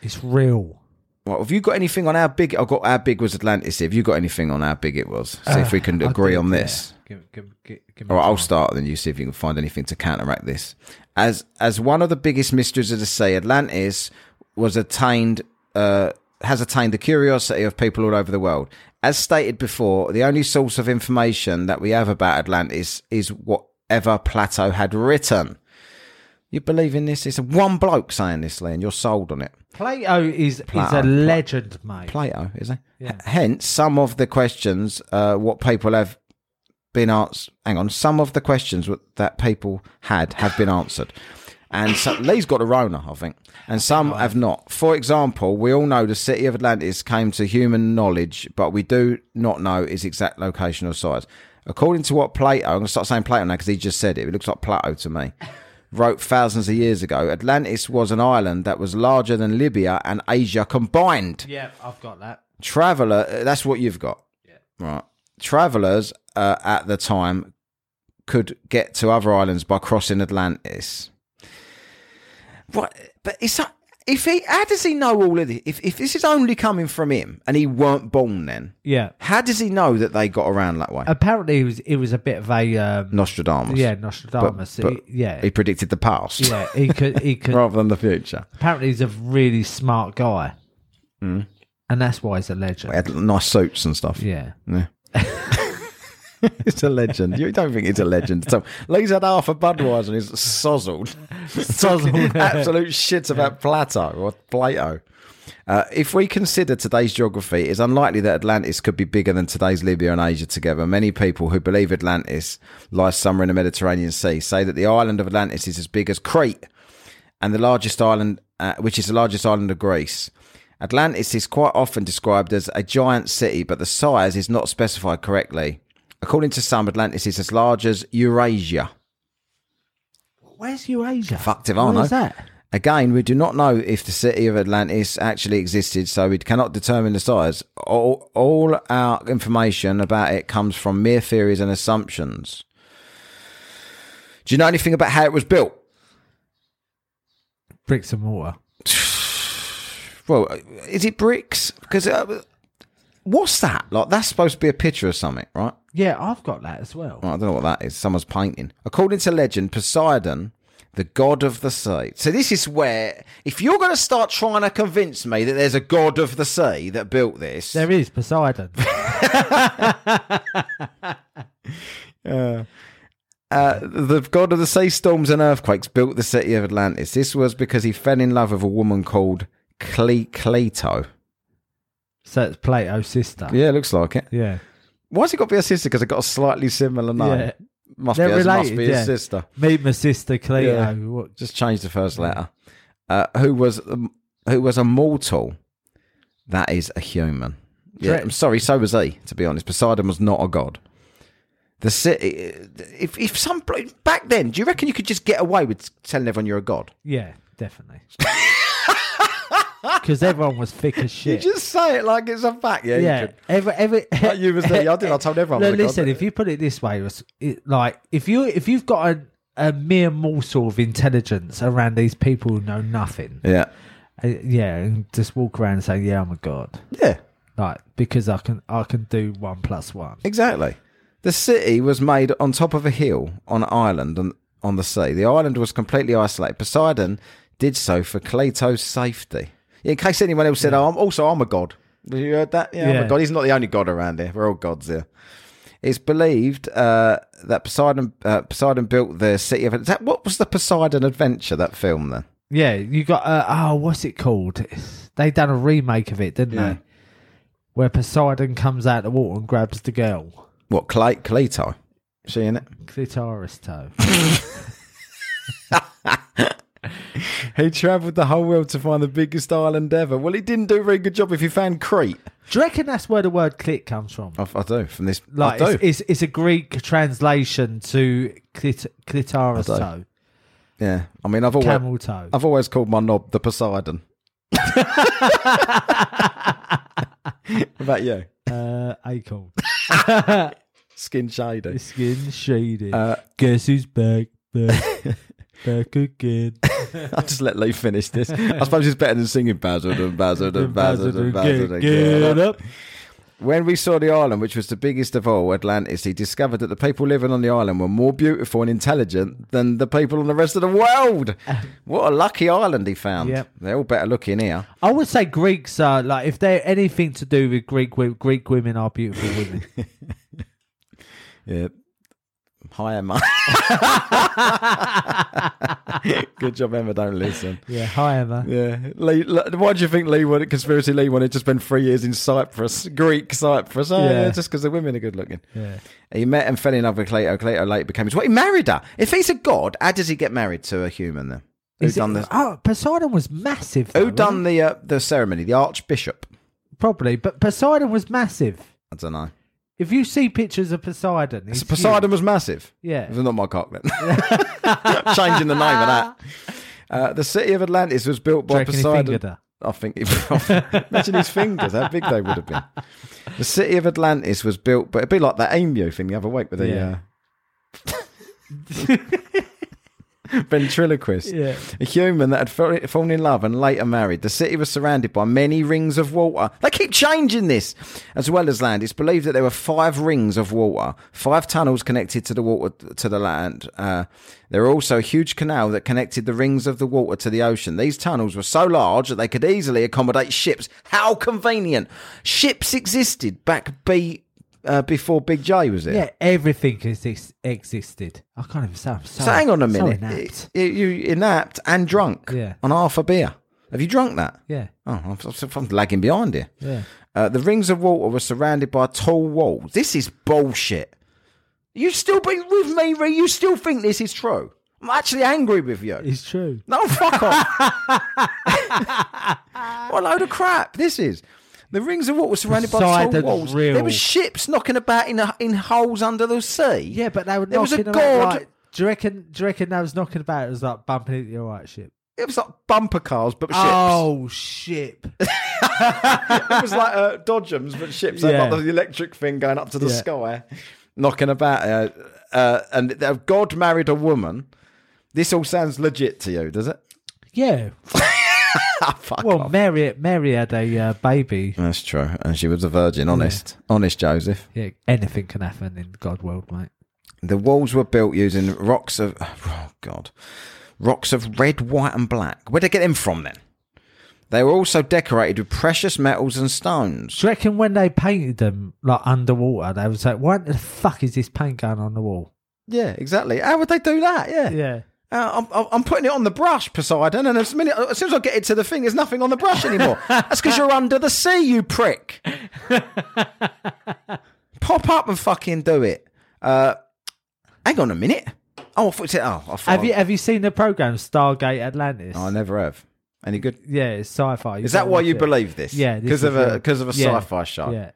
It's real. Well, have you got anything on how big? I got how big was Atlantis? Have you got anything on how big it was? See if we can Uh, I agree do, on yeah. this. Give, give, give, give me All right, I'll time. start, then you see if you can find anything to counteract this. As as one of the biggest mysteries of the sea, Atlantis was attained uh, has attained the curiosity of people all over the world. As stated before, the only source of information that we have about Atlantis is whatever Plato had written. You believe in this? It's one bloke saying this, Lee, and you're sold on it. Plato is is Plato, a Pla- legend, mate. Plato, is it? Yeah. Hence, some of the questions uh, what people have been answered. Hang on, some of the questions wh- that people had have been answered. And so, Lee's got a Rona, I think, and some have not. For example, we all know the city of Atlantis came to human knowledge, but we do not know its exact location or size. According to what Plato, I'm going to start saying Plato now because he just said it. It looks like Plato to me. Wrote thousands of years ago, Atlantis was an island that was larger than Libya and Asia combined yeah, I've got that. traveler uh, that's what you've got right travelers uh, at the time could get to other islands by crossing atlantis what but it's not- if he how does he know all of this if, if this is only coming from him and he weren't born then Yeah. how does he know that they got around that way Apparently, it was it was a bit of a um, nostradamus Uh, yeah Nostradamus. But- He- but yeah, he predicted the past yeah. He could he could. rather than the future Apparently, he's a really smart guy, Hmm. and that's why he's a legend. he had nice suits and stuff yeah. Yeah. it's a legend. You don't think it's a legend. So Lee's had half a Budweiser and he's sozzled. Sozzled. Absolute shit about Plato or Plato. Uh, if we consider today's geography, it's unlikely that Atlantis could be bigger than today's Libya and Asia together. Many people who believe Atlantis lies somewhere in the Mediterranean Sea say that the island of Atlantis is as big as Crete and the largest island, uh, which is the largest island of Greece. Atlantis is quite often described as a giant city, but the size is not specified correctly. According to some, Atlantis is as large as Eurasia. Where's Eurasia? Fucked eh? if I know. Where's that? Again, we do not know if the city of Atlantis actually existed, so we cannot determine the size. All, all our information about it comes from mere theories and assumptions. Do you know anything about how it was built? Bricks and mortar. Well, is it bricks? Because uh, what's that? Like that's supposed to be a picture of something, right? Yeah, I've got that as well. Well, I don't know what that is. Someone's painting. According to legend, Poseidon, the god of the sea. So this is where, if you're going to start trying to convince me that there's a god of the sea that built this, There is Poseidon. uh, the god of the sea, storms and earthquakes, built the city of Atlantis. This was because he fell in love with a woman called Cle- Cleto. so it's Plato's sister. Yeah, looks like it. Yeah. Why's it got to be a sister? Because it got a slightly similar name. Yeah. Must They're be, his- must related, be his yeah. sister. Meet my sister Cleo. Yeah. What, Just change the first letter. Uh, who was um, who was a mortal? That is a human. Yeah, Correct. I'm sorry. So was he. To be honest, Poseidon was not a god. The city. If if some blo- back then, do you reckon you could just get away with telling everyone you're a god? yeah, definitely. Because everyone was thick as shit. just say it like it's a fact. Yeah, yeah, every every Like you was there, I did, I told everyone I No, was a god. listen, if you put it this way, it was- it, like if you if you've got a, a mere morsel of intelligence around these people who know nothing, yeah, uh, yeah, and just walk around and say, "Yeah, I'm a god," yeah. like because I can I can do one plus one. Exactly. The city was made on top of a hill on an island on, on the sea. The island was completely isolated. Poseidon did so for Cleto's safety. In case anyone else said, oh, I'm, also, I'm a god. Have you heard that? Yeah, I'm Yeah. a god. He's not the only god around here. We're all gods here. It's believed uh, that Poseidon uh, Poseidon built the city of. Is that, what was the Poseidon adventure, that film then? Yeah, you got uh, oh, what's it called? They done a remake of it, didn't Yeah. they? Where Poseidon comes out of the water and grabs the girl, What, Cle- Cleto? She in it? clitoris toe. He travelled the whole world to find the biggest island ever. Well, he didn't do a very good job if he found Crete. do you reckon that's where the word "clit" comes from? I, I do from this. Like Oh, I do. it's, it's it's a Greek translation to clit, clitoris I toe, yeah, I mean, I've always camel toe. I've always called my knob the Poseidon. What about you? Uh, acorn. Skin shady. Skin shaded. Uh, Guess who's back? Back, back again. I'll just let Lee finish this. I suppose it's better than singing Basil and Basil and Basil and Ambassador, Basil get, get up. When we saw the island, which was the biggest of all, Atlantis, he discovered that the people living on the island were more beautiful and intelligent than the people on the rest of the world. what a lucky island he found. Yep. They're all better looking here. I would say Greeks are like if they're anything to do with Greek wo- Greek women are beautiful women. Yep. Hi, Emma. Good job, Emma. Don't listen. yeah, hi Emma. Yeah. Lee, Le- why do you think Lee wanted, Conspiracy Lee wanted to spend three years in Cyprus, Greek Cyprus? Oh, yeah, Yeah. just because the women are good looking. Yeah. He met and fell in love with Clato. Clato later became his wife. He married her. If he's a god, how does he get married to a human then? Who Is it- done the Oh, Poseidon was massive. Though, Who done wasn't the uh, the ceremony? The archbishop. he? Probably, but Poseidon was massive. I don't know. If you see pictures of Poseidon, he's Poseidon was massive. huge. It Yeah. was not my cock then. Changing the name of that. Uh, the city of Atlantis was built Do you by reckon he Poseidon. fingered her? I think. imagine his fingers, how big they would have been. The city of Atlantis was built, but it'd be like that Aimio thing the other week with the Yeah. uh, ventriloquist. Yeah. A human that had fa- fallen in love and later married. The city was surrounded by many rings of water. They keep changing this. As well as land, it's believed that there were five rings of water, five tunnels connected to the water to the land. Uh, there were also a huge canal that connected the rings of the water to the ocean. These tunnels were so large that they could easily accommodate ships. How convenient! Ships existed back B uh, before Big J was there. Yeah, everything exis- existed. I can't even say. I'm so, So hang on a so minute. inapt. You, you inapt and drunk Yeah. on half a beer. Have you drunk that? Yeah, Oh, I'm, I'm- I'm lagging behind here. yeah. Uh, the rings of water were surrounded by a tall wall. This is bullshit. You still be with me, Ree? You still think this is true? I'm actually angry with you. It's true. No, fuck off. what a load of crap this is. The rings of water were surrounded by tall Poseidon's walls. real. There were ships knocking about in, in holes under the sea. Yeah, but they were There was a knocking about, god- like- do you reckon? Do you reckon they was knocking about? It was like bumping into your right ship. It was like bumper cars, but ships. Oh, ship. it was like uh, Dodgems, but ships. Yeah. Like the electric thing going up to the Yeah. sky, knocking about. Uh, uh, and uh, God married a woman. This all sounds legit to you, does it? Ah, yeah. Fuck Well, off. Mary, Mary had a uh, baby. That's true. And she was a virgin, honest. Honest, Joseph. Yeah, anything can happen in God world, mate. The walls were built using rocks of. Oh, God. Rocks of red, white, and black. Where'd they get them from then? They were also decorated with precious metals and stones. Do you reckon when they painted them like underwater, they was like, "Why the fuck is this paint going on the wall?" Yeah, exactly. How would they do that? Yeah. Uh, I'm- I'm, I'm putting it on the brush, Poseidon, and as, minute, as soon as I get it to the thing, there's nothing on the brush anymore. That's because you're under the sea, you prick. Pop up and fucking do it. Uh, hang on a minute. Oh, I thought, you said- oh, I thought Have you have you seen the program Stargate Atlantis? I never have. Any good? yeah, it's sci-fi. You Is that gotta why watch you it. believe this? Yeah, this because is of a real. because of a Yeah. sci-fi show. Yeah.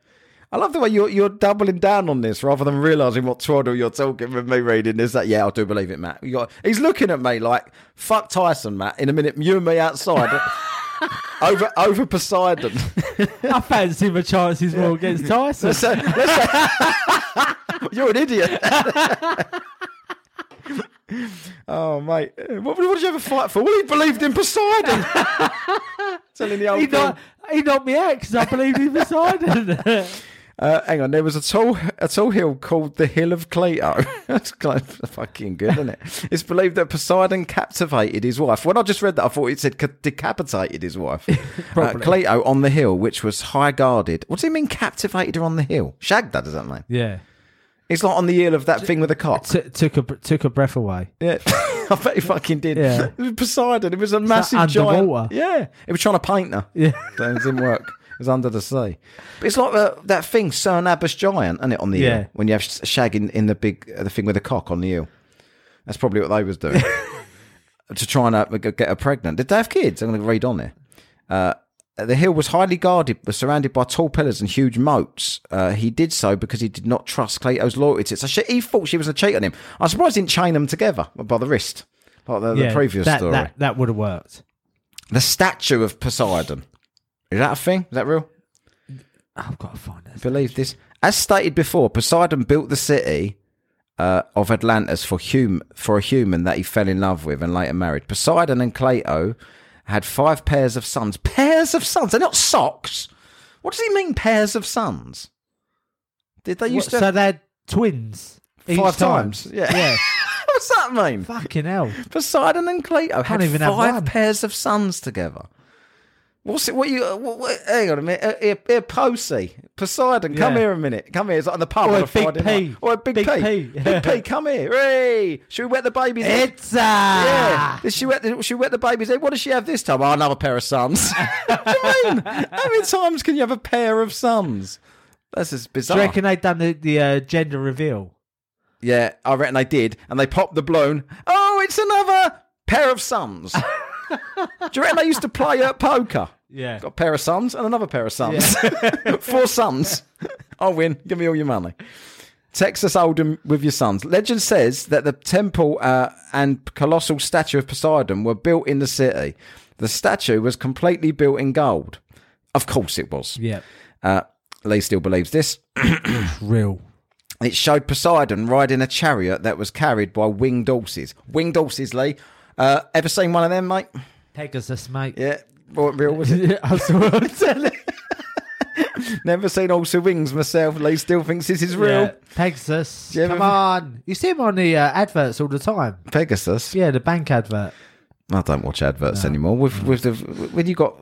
I love the way you're you're doubling down on this rather than realizing what twaddle you're talking with me reading this. That yeah, I do believe it, Matt. You got, he's looking at me like fuck Tyson, Matt. In a minute, you and me outside over over Poseidon. I fancy my chances more against Tyson. so, you're an idiot. oh mate, what, what did you ever fight for? Well, he believed in Poseidon. Telling the old He thing. knocked, he knocked me out because I believed he was Poseidon. Uh, hang on, there was a tall a tall hill called the Hill of Cleto. That's kind of fucking good, isn't it? It's believed that Poseidon captivated his wife. When I just read that, I thought it said ca- decapitated his wife. uh, Cleto on the hill, which was high guarded. What does it mean, captivated her on the hill? Shagged her, does that mean? yeah. It's like on the heel of that thing with a cock. T- took a took a breath away. Yeah. I bet he fucking did. Yeah. It was Poseidon. It was a massive underwater? giant. Yeah. It was trying to paint her. Yeah. But it didn't work. It was under the sea. But it's like the, that thing, Cern Abbas Giant, isn't it, on the Yeah. hill? When you have sh- shag in, in the big, uh, the thing with the cock on the hill. That's probably what they was doing. to try and uh, g- get her pregnant. Did they have kids? I'm going to read on there. Uh, the hill was highly guarded, was surrounded by tall pillars and huge moats. Uh, he did so because he did not trust Cleto's loyalty. to- So she, he thought she was a cheat on him. I'm surprised he didn't chain them together by the wrist, like the, the previous that, story. That, that would have worked. The statue of Poseidon. Is that a thing? Is that real? I've got to find that. believe this. As stated before, Poseidon built the city uh, of Atlantis for hum- for a human that he fell in love with and later married. Poseidon and Clato had five pairs of sons. Pairs of sons? They're not socks. What does he mean, pairs of sons? Did they used What, to so have they had twins. each five time. times? Yeah. Yeah. What's that mean? Fucking hell. Poseidon and Cleto had even have five one. pairs of sons together. What's it? What you? What, what, hang on a minute. Uh, Here, here, Posey, Poseidon, come Yeah. here a minute. Come here. It's like in the pub. Or on a a Big Friday P. night. Or a big, Big P. P. Big P. Come here. Hey, should we wet the baby's head? It's uh, a. Yeah. Yeah. Did she wet? The, she wet the baby's head. What does she have this time? Oh, another pair of sons. what do you mean? How many times can you have a pair of sons? That's just Do bizarre. you reckon they'd done the, the uh, gender reveal? Yeah, I reckon they did. And they popped the balloon. Oh, it's another pair of sums. Do you reckon they used to play at poker? Yeah. Got a pair of sums and another pair of sums. Four sums. I'll win. Give me all your money. Texas Oldham with your sons. Legend says that the temple uh, and colossal statue of Poseidon were built in the city. The statue was completely built in gold. Of course it was. Yeah. Uh, Lee still believes this. Real. It showed Poseidon riding a chariot that was carried by winged horses. Winged horses, Lee. Uh, ever seen one of them, mate? Pegasus, mate. Yeah. Wasn't real, was it? I saw it. Never seen horse with wings myself. Lee still thinks this is real. Yeah. Pegasus. you Come ever- on. You see him on the uh, adverts all the time. Pegasus. Yeah, the bank advert. I don't watch adverts anymore. With with the when you got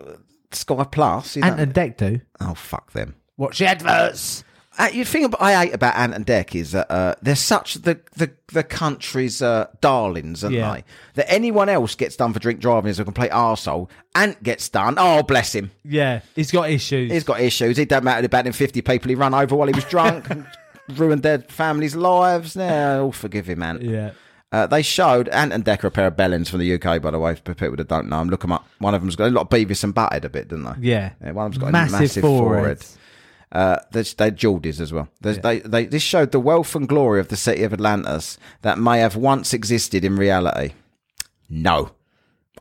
Sky Plus, you Ant don't- and Deck do. oh fuck them. Watch the adverts. Uh, you thing about, I hate about Ant and Deck is that uh, they're such the the, the country's uh, darlings, aren't Yeah. they? That anyone else gets done for drink driving is a complete arsehole. Ant gets done. Oh bless him. Yeah, he's got issues. He's got issues. It don't matter about them fifty people he run over while he was drunk, ruined their families' lives. Nah, all forgive him, Ant. yeah. Uh, they showed Ant and Decker a pair of bellends from the UK, by the way, for people that don't know them. Look them up. One of them's got a lot of Beavis and Butthead a bit, didn't they? Yeah. one of them's got Massive a massive forehead. foreheads. Uh, they they Geordies as well. There's- They, they, this showed the wealth and glory of the city of Atlantis that may have once existed in reality. No,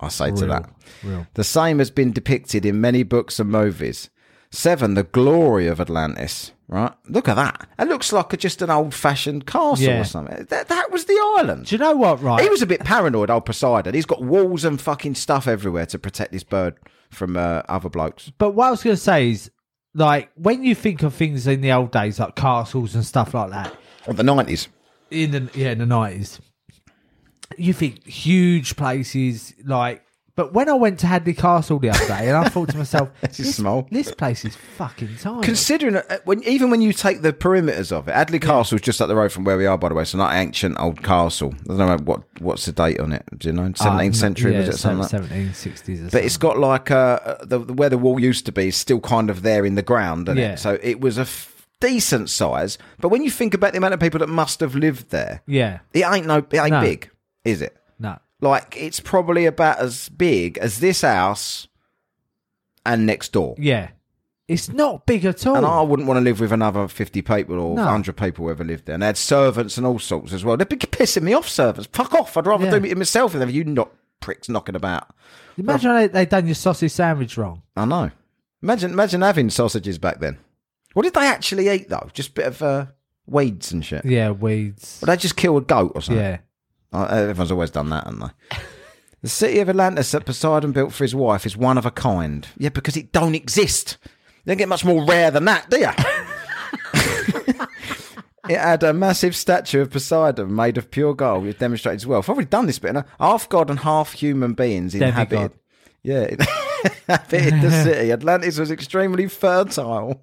I say to that. Real. The same has been depicted in many books and movies. Seven, the glory of Atlantis. Right, look at that. It looks like a, just an old-fashioned castle Yeah. or something. That that was the island. Do you know what, right? He was a bit paranoid, old Poseidon. He's got walls and fucking stuff everywhere to protect this bird from uh, other blokes. But what I was going to say is, like, when you think of things in the old days, like castles and stuff like that, Or the nineties. in the yeah in the nineties, you think huge places like. But when I went to Hadley Castle the other day, and I thought to myself, "This is small." This place is fucking tiny." Considering uh, when even when you take the perimeters of it, Adley Castle's just up the road from where we are, by the way. So not ancient old castle. I don't know what what's the date on it. Do you know? Uh, Seventeenth century was it something? like that? Seventeen sixties. But it's got like uh, the where the wall used to be is still kind of there in the ground, and Yeah. it? so it was a f- decent size. But when you think about the amount of people that must have lived there, yeah, it ain't no, it ain't No. big, is it? no, Like it's probably about as big as this house and next door. yeah, it's not big at all. And I wouldn't want to live with another 50 people or No. 100 people who ever lived there. And they had servants and all sorts as well. They'd be pissing me off, servants. Fuck off. I'd rather Yeah. do it myself than have you not pricks knocking about. Imagine they they done your sausage sandwich wrong. I know. Imagine imagine having sausages back then. What did they actually eat, though? Just a bit of uh, weeds and shit. Yeah, weeds. Well, they just kill a goat or something. Yeah, Uh, everyone's always done that, haven't they? the city of Atlantis that Poseidon built for his wife is one of a kind. Yeah, because it don't exist. You don't get much more rare than that, do you? it had a massive statue of Poseidon made of pure gold, which demonstrated his wealth. I've already done this bit. no? Half god and half human beings inhabited. Demigod. Yeah, it inhabited the city. Atlantis was extremely fertile.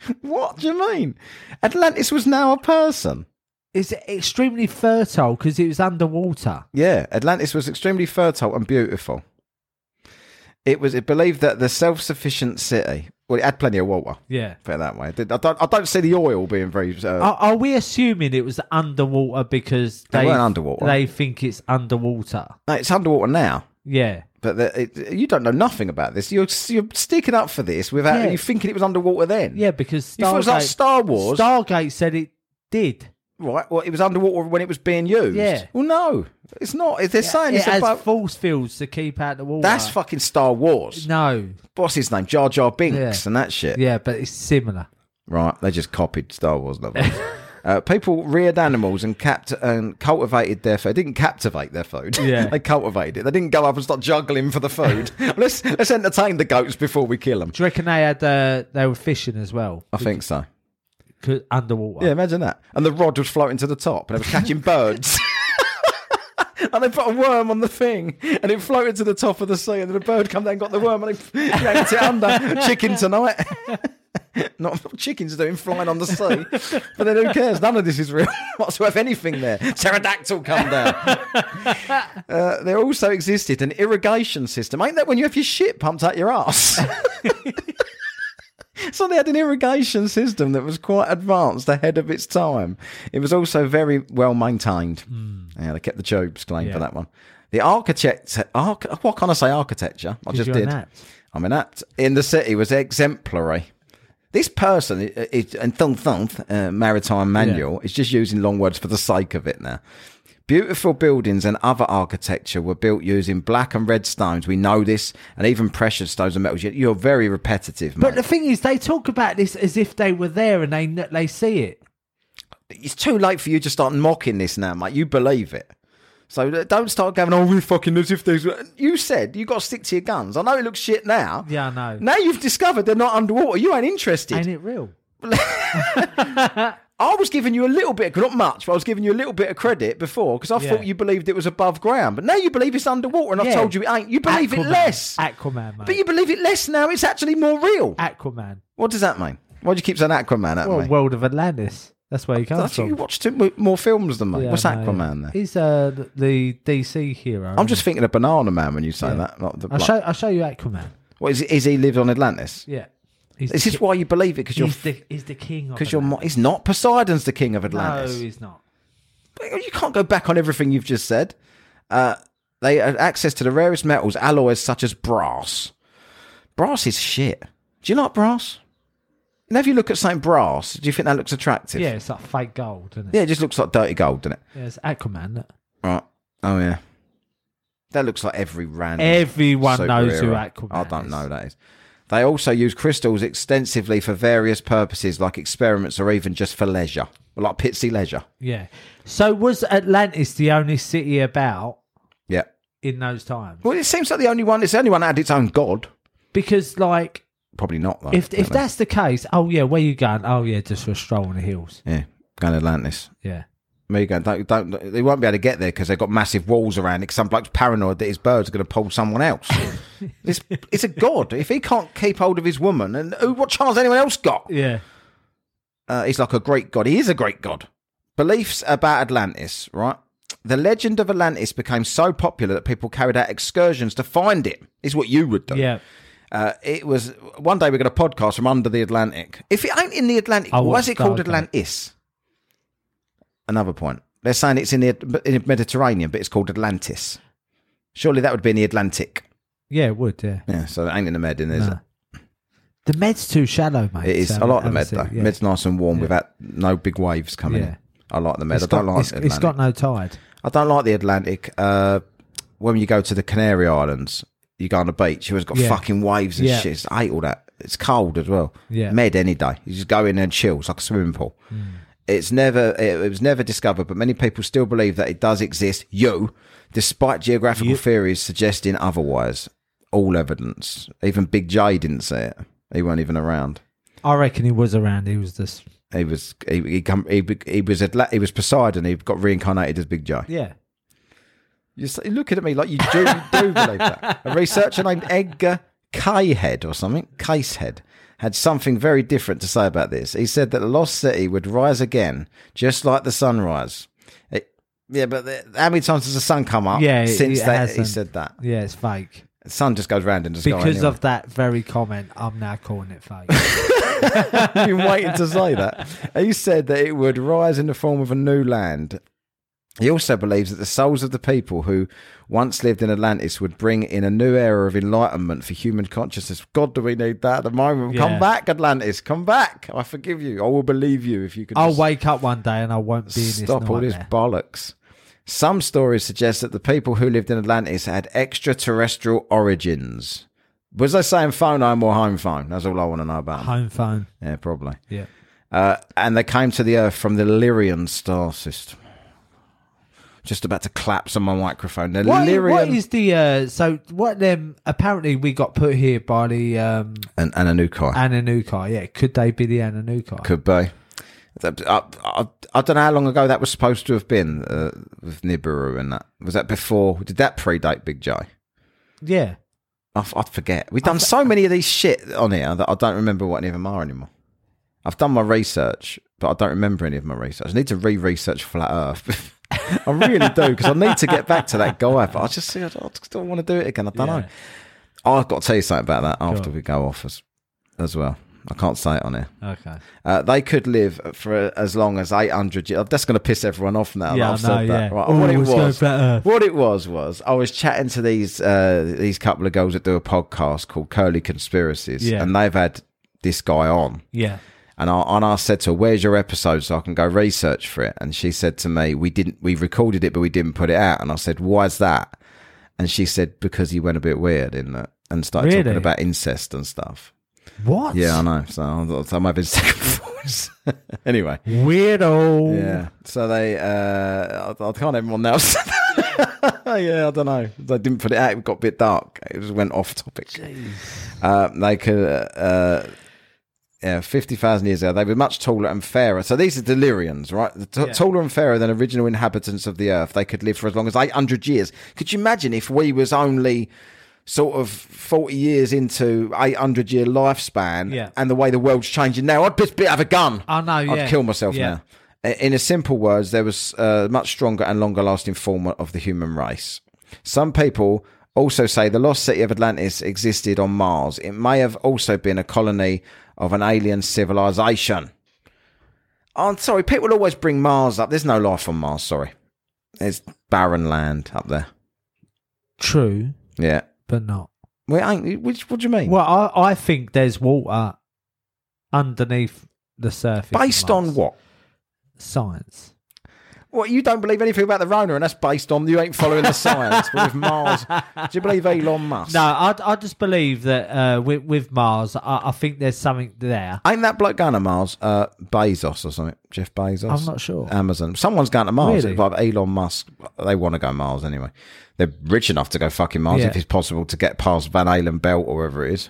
what do you mean? Atlantis was now a person. it's extremely fertile because it was underwater. Yeah, Atlantis was extremely fertile and beautiful. It was it believed that the self-sufficient city. Well, it had plenty of water. Yeah. Put it that way. I did- I don't. I don't see the oil being very. Uh, Are, are we assuming it was underwater because They they weren't underwater. They think it's underwater. no, it's underwater now, Yeah, but the, it, you don't know nothing about this. You're you're sticking up for this without Yeah. you thinking it was underwater then. yeah, because You thought Stargate, it was like Star Wars, Stargate said it did. right? Well, it was underwater when it was being used. Yeah. Well, no, it's not. They're saying it it's has about. force fields to keep out the water. That's fucking Star Wars. no. What's his name? Jar Jar Binks Yeah. and that shit. Yeah, but it's similar. Right, they just copied Star Wars novels. Uh, people reared animals and capt- and cultivated their food. They didn't captivate their food. Yeah. they cultivated it. They didn't go up and start juggling for the food. let's let's entertain the goats before we kill them. Do you reckon they had? Uh, they were fishing as well. I think so. could, underwater. Yeah, imagine that. And the rod was floating to the top and it was catching birds. and they put a worm on the thing and it floated to the top of the sea and then a bird come down and got the worm and they yanked it under. Chicken tonight. Not what chickens are doing flying on the sea. But then who cares? None of this is real. What's worth anything there? Pterodactyl come down. uh, there also existed an irrigation system. Ain't that when you have your shit pumped out your ass? So they had an irrigation system that was quite advanced ahead of its time. It was also very well maintained. Yeah, they kept the Job's claim for Yeah. that one. The architect, arch, what can I say? Architecture. I just you're an did. apt. I'm an apt. In the city was exemplary. This person, i- i- in Thung Thung uh, Maritime Manual, is just using long words for the sake of it now. Beautiful buildings and other architecture were built using black and red stones. We know this, and even precious stones and metals. You- You're very repetitive, mate. But the thing is, they talk about this as if they were there and they kn- they see it. it's too late for you to start mocking this now, mate. You believe it. So uh, don't start going, oh, we fucking as if there's. You said you got to stick to your guns. I know it looks shit now. Yeah, I know. Now you've discovered they're not underwater. You ain't interested. Ain't it real? I was giving you a little bit, not much, but I was giving you a little bit of credit before because I Yeah. thought you believed it was above ground. But now you believe it's underwater and I've Yeah. told you it ain't. You believe it Aquaman. less. Aquaman, mate. but you believe it less now. It's actually more real. Aquaman. what does that mean? Why do you keep saying Aquaman at Well, me? World of Atlantis. That's where he comes That's you from. watched it mo- more films than me. Yeah, What's I know. Aquaman there? He's uh, th- the DC hero. I'm just thinking of Banana Man when you say that. Not the, I'll like- show, I'll show you Aquaman. What is, is he lived on Atlantis? Yeah. He's This the is ki- why you believe it because you're he's the, he's the king of because you're Atlantis. mo- he's not Poseidon's the king of No, Atlantis. he's not. But You can't go back on everything you've just said. Uh, they had access to the rarest metals, alloys such as brass. Brass is shit. Do you like brass? Now, if you look at something brass, do you think that looks attractive? Yeah, it's like fake gold, isn't it? Yeah, it just looks like dirty gold, doesn't it? Yeah, it's Aquaman. look. Right. Oh yeah. That looks like every random. Everyone superhero. knows who Aquaman I don't is. know who that is. They also use crystals extensively for various purposes, like experiments or even just for leisure, like pitsy leisure. Yeah. So was Atlantis the only city about Yeah. in those times? Well, it seems like the only one. It's the only one that had its own god. Because like, Probably not though. if don't if they? that's the case, oh yeah, where you going? Oh yeah, just for a stroll on the hills. yeah, going to Atlantis. Yeah. Me going, don't, don't, they won't be able to get there because they've got massive walls around it. 'cause some bloke's paranoid that his bird's going to pull someone else. it's, it's a god. If he can't keep hold of his woman, and who, what chance anyone else got? Yeah. uh, he's like a great god. He is a great god. Beliefs about Atlantis, right? The legend of Atlantis became so popular that people carried out excursions to find it. Is what you would do. Yeah. Uh, it was one day we got a podcast from under the Atlantic. If it ain't in the Atlantic, I why is would it called die, don't it? Atlantis? Another point. They're saying it's in the in the Mediterranean, but it's called Atlantis. Surely that would be in the Atlantic. Yeah, it would, yeah. Yeah, so it ain't in the Med, in there, is it? No. The med's too shallow, mate. It is. so I like the med haven't though. seen- yeah. Med's nice and warm without no big waves coming in. Yeah. I like the med. It's I don't got- like it's- the it's Atlantic. got no tide. I don't like the Atlantic. Uh, when you go to the Canary Islands, you go on the beach. You've always got Yeah. fucking waves and Yeah. shit. It's- I hate all that. It's cold as well. Yeah. Hmm. Med any day. You just go in and chill. It's like a swimming pool. It's never. It, it was never discovered, but many people still believe that it does exist. You, despite geographical theories suggesting otherwise. All evidence. Even Big J didn't say it. He wasn't even around. I reckon he was around. He was this. He was he he, come, he, he was Atla- he was Poseidon. He got reincarnated as Big J. Yeah. You're s- you're looking at me like you do, you do believe that. A researcher named Edgar Casehead or something, Casehead, had something very different to say about this. He said that the lost city would rise again, just like the sunrise. It- yeah, but the, how many times has the sun come up Yeah, it- since it that he hasn't. said that? Yeah, it's fake. The sun just goes round in the sky. Because anyway. of that very comment, I'm now calling it fake. I've been waiting to say that. He said that it would rise in the form of a new land. He also believes that the souls of the people who once lived in Atlantis would bring in a new era of enlightenment for human consciousness. God, do we need that at the moment? Yeah. Come back, Atlantis. Come back. I forgive you. I will believe you if you could. I'll just- wake up one day and I won't be in this Stop all this nightmare. bollocks. Some stories suggest that the people who lived in Atlantis had extraterrestrial origins. Was I saying phone home or home phone? That's all I want to know about. 'em. home phone. Yeah, probably. Yeah. Uh, and they came to the Earth from the Lyrian star system. Just about to collapse on my microphone. The What, Lyrian what is the uh, so what them? Apparently, we got put here by the um, and, and a new car Ananukai. Yeah, could they be the Ananukai? could be. that- I, I, I don't know how long ago that was supposed to have been uh, with Nibiru and that. Was that before? Did that predate Big J? Yeah. I, f- I forget. We've done so many of these shit on here that I don't remember what any of them are anymore. I've done my research, but I don't remember any of my research. I need to re-research Flat Earth. I really do because I need to get back to that guy, but I just, I just don't want to do it again. I don't know. I've got to tell you something about that after we go off as, as well. I can't say it on here. Okay. Uh, they could live for as long as 800 years. That's going to piss everyone off now. that Yeah, I've I know, said that. yeah. Right, Oh, what it let's go was, Flat Earth. what it was, was I was chatting to these uh, these couple of girls that do a podcast called Curly Conspiracies, Yeah. and they've had this guy on. Yeah. And I, and I said to her, "Where's your episode so I can go research for it?" And she said to me, "We didn't. We recorded it, but we didn't put it out." And I said, "Why's that?" And she said, "Because he went a bit weird in it and started talking Really? about incest and stuff." What? Yeah, I know. So I'm, I'm having second thoughts. anyway, Weirdo. yeah. So they, uh, I, I can't remember what else. yeah, I don't know. They didn't put it out. It got a bit dark. It just went off topic. Uh, they could, uh, uh, yeah, 50,000 years ago, they were much taller and fairer. So these are Delirians, right? The t- Taller and fairer than original inhabitants of the earth. They could live for as long as 800 years. Could you imagine if we was only sort of 40 years into 800 year lifespan Yeah. and the way the world's changing now? I'd just be, have a gun. I know, yeah. I'd kill myself Yeah. now. I- In a simple words, there was a much stronger and longer lasting form of the human race. Some people also say the lost city of Atlantis existed on Mars. It may have also been a colony of an alien civilization. I'm sorry, people always bring Mars up. There's no life on Mars, sorry. It's barren land up there. True, Yeah. but not. We ain't, which, what do you mean? Well, I, I think there's water underneath the surface. of based on Mars. what? Science. What you don't believe anything about the Rona, and that's based on you ain't following the science. but with Mars, do you believe Elon Musk? No, I, I just believe that uh, with, with Mars, I, I think there's something there. Ain't that bloke going to Mars? Uh, Bezos or something? Jeff Bezos? I'm not sure. Amazon. Someone's going to Mars. Really? Like Elon Musk. They want to go Mars anyway. They're rich enough to go fucking Mars Yeah. if it's possible to get past Van Halen Belt or wherever it is.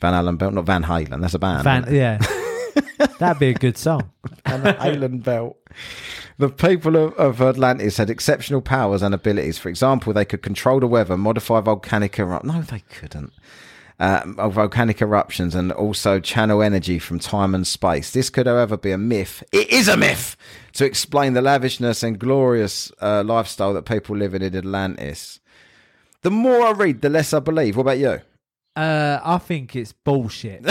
Van Halen Belt, not Van Halen. That's a band. Fan, isn't it? yeah, that'd be a good song. Van Halen Belt. The people of, of Atlantis had exceptional powers and abilities. For example, they could control the weather, modify volcanic eruptions. No, they couldn't. Um, of volcanic eruptions and also channel energy from time and space. This could, however, be a myth. It is a myth to explain the lavishness and glorious uh, lifestyle that people live in in Atlantis. The more I read, the less I believe. What about you? Uh, I think it's bullshit.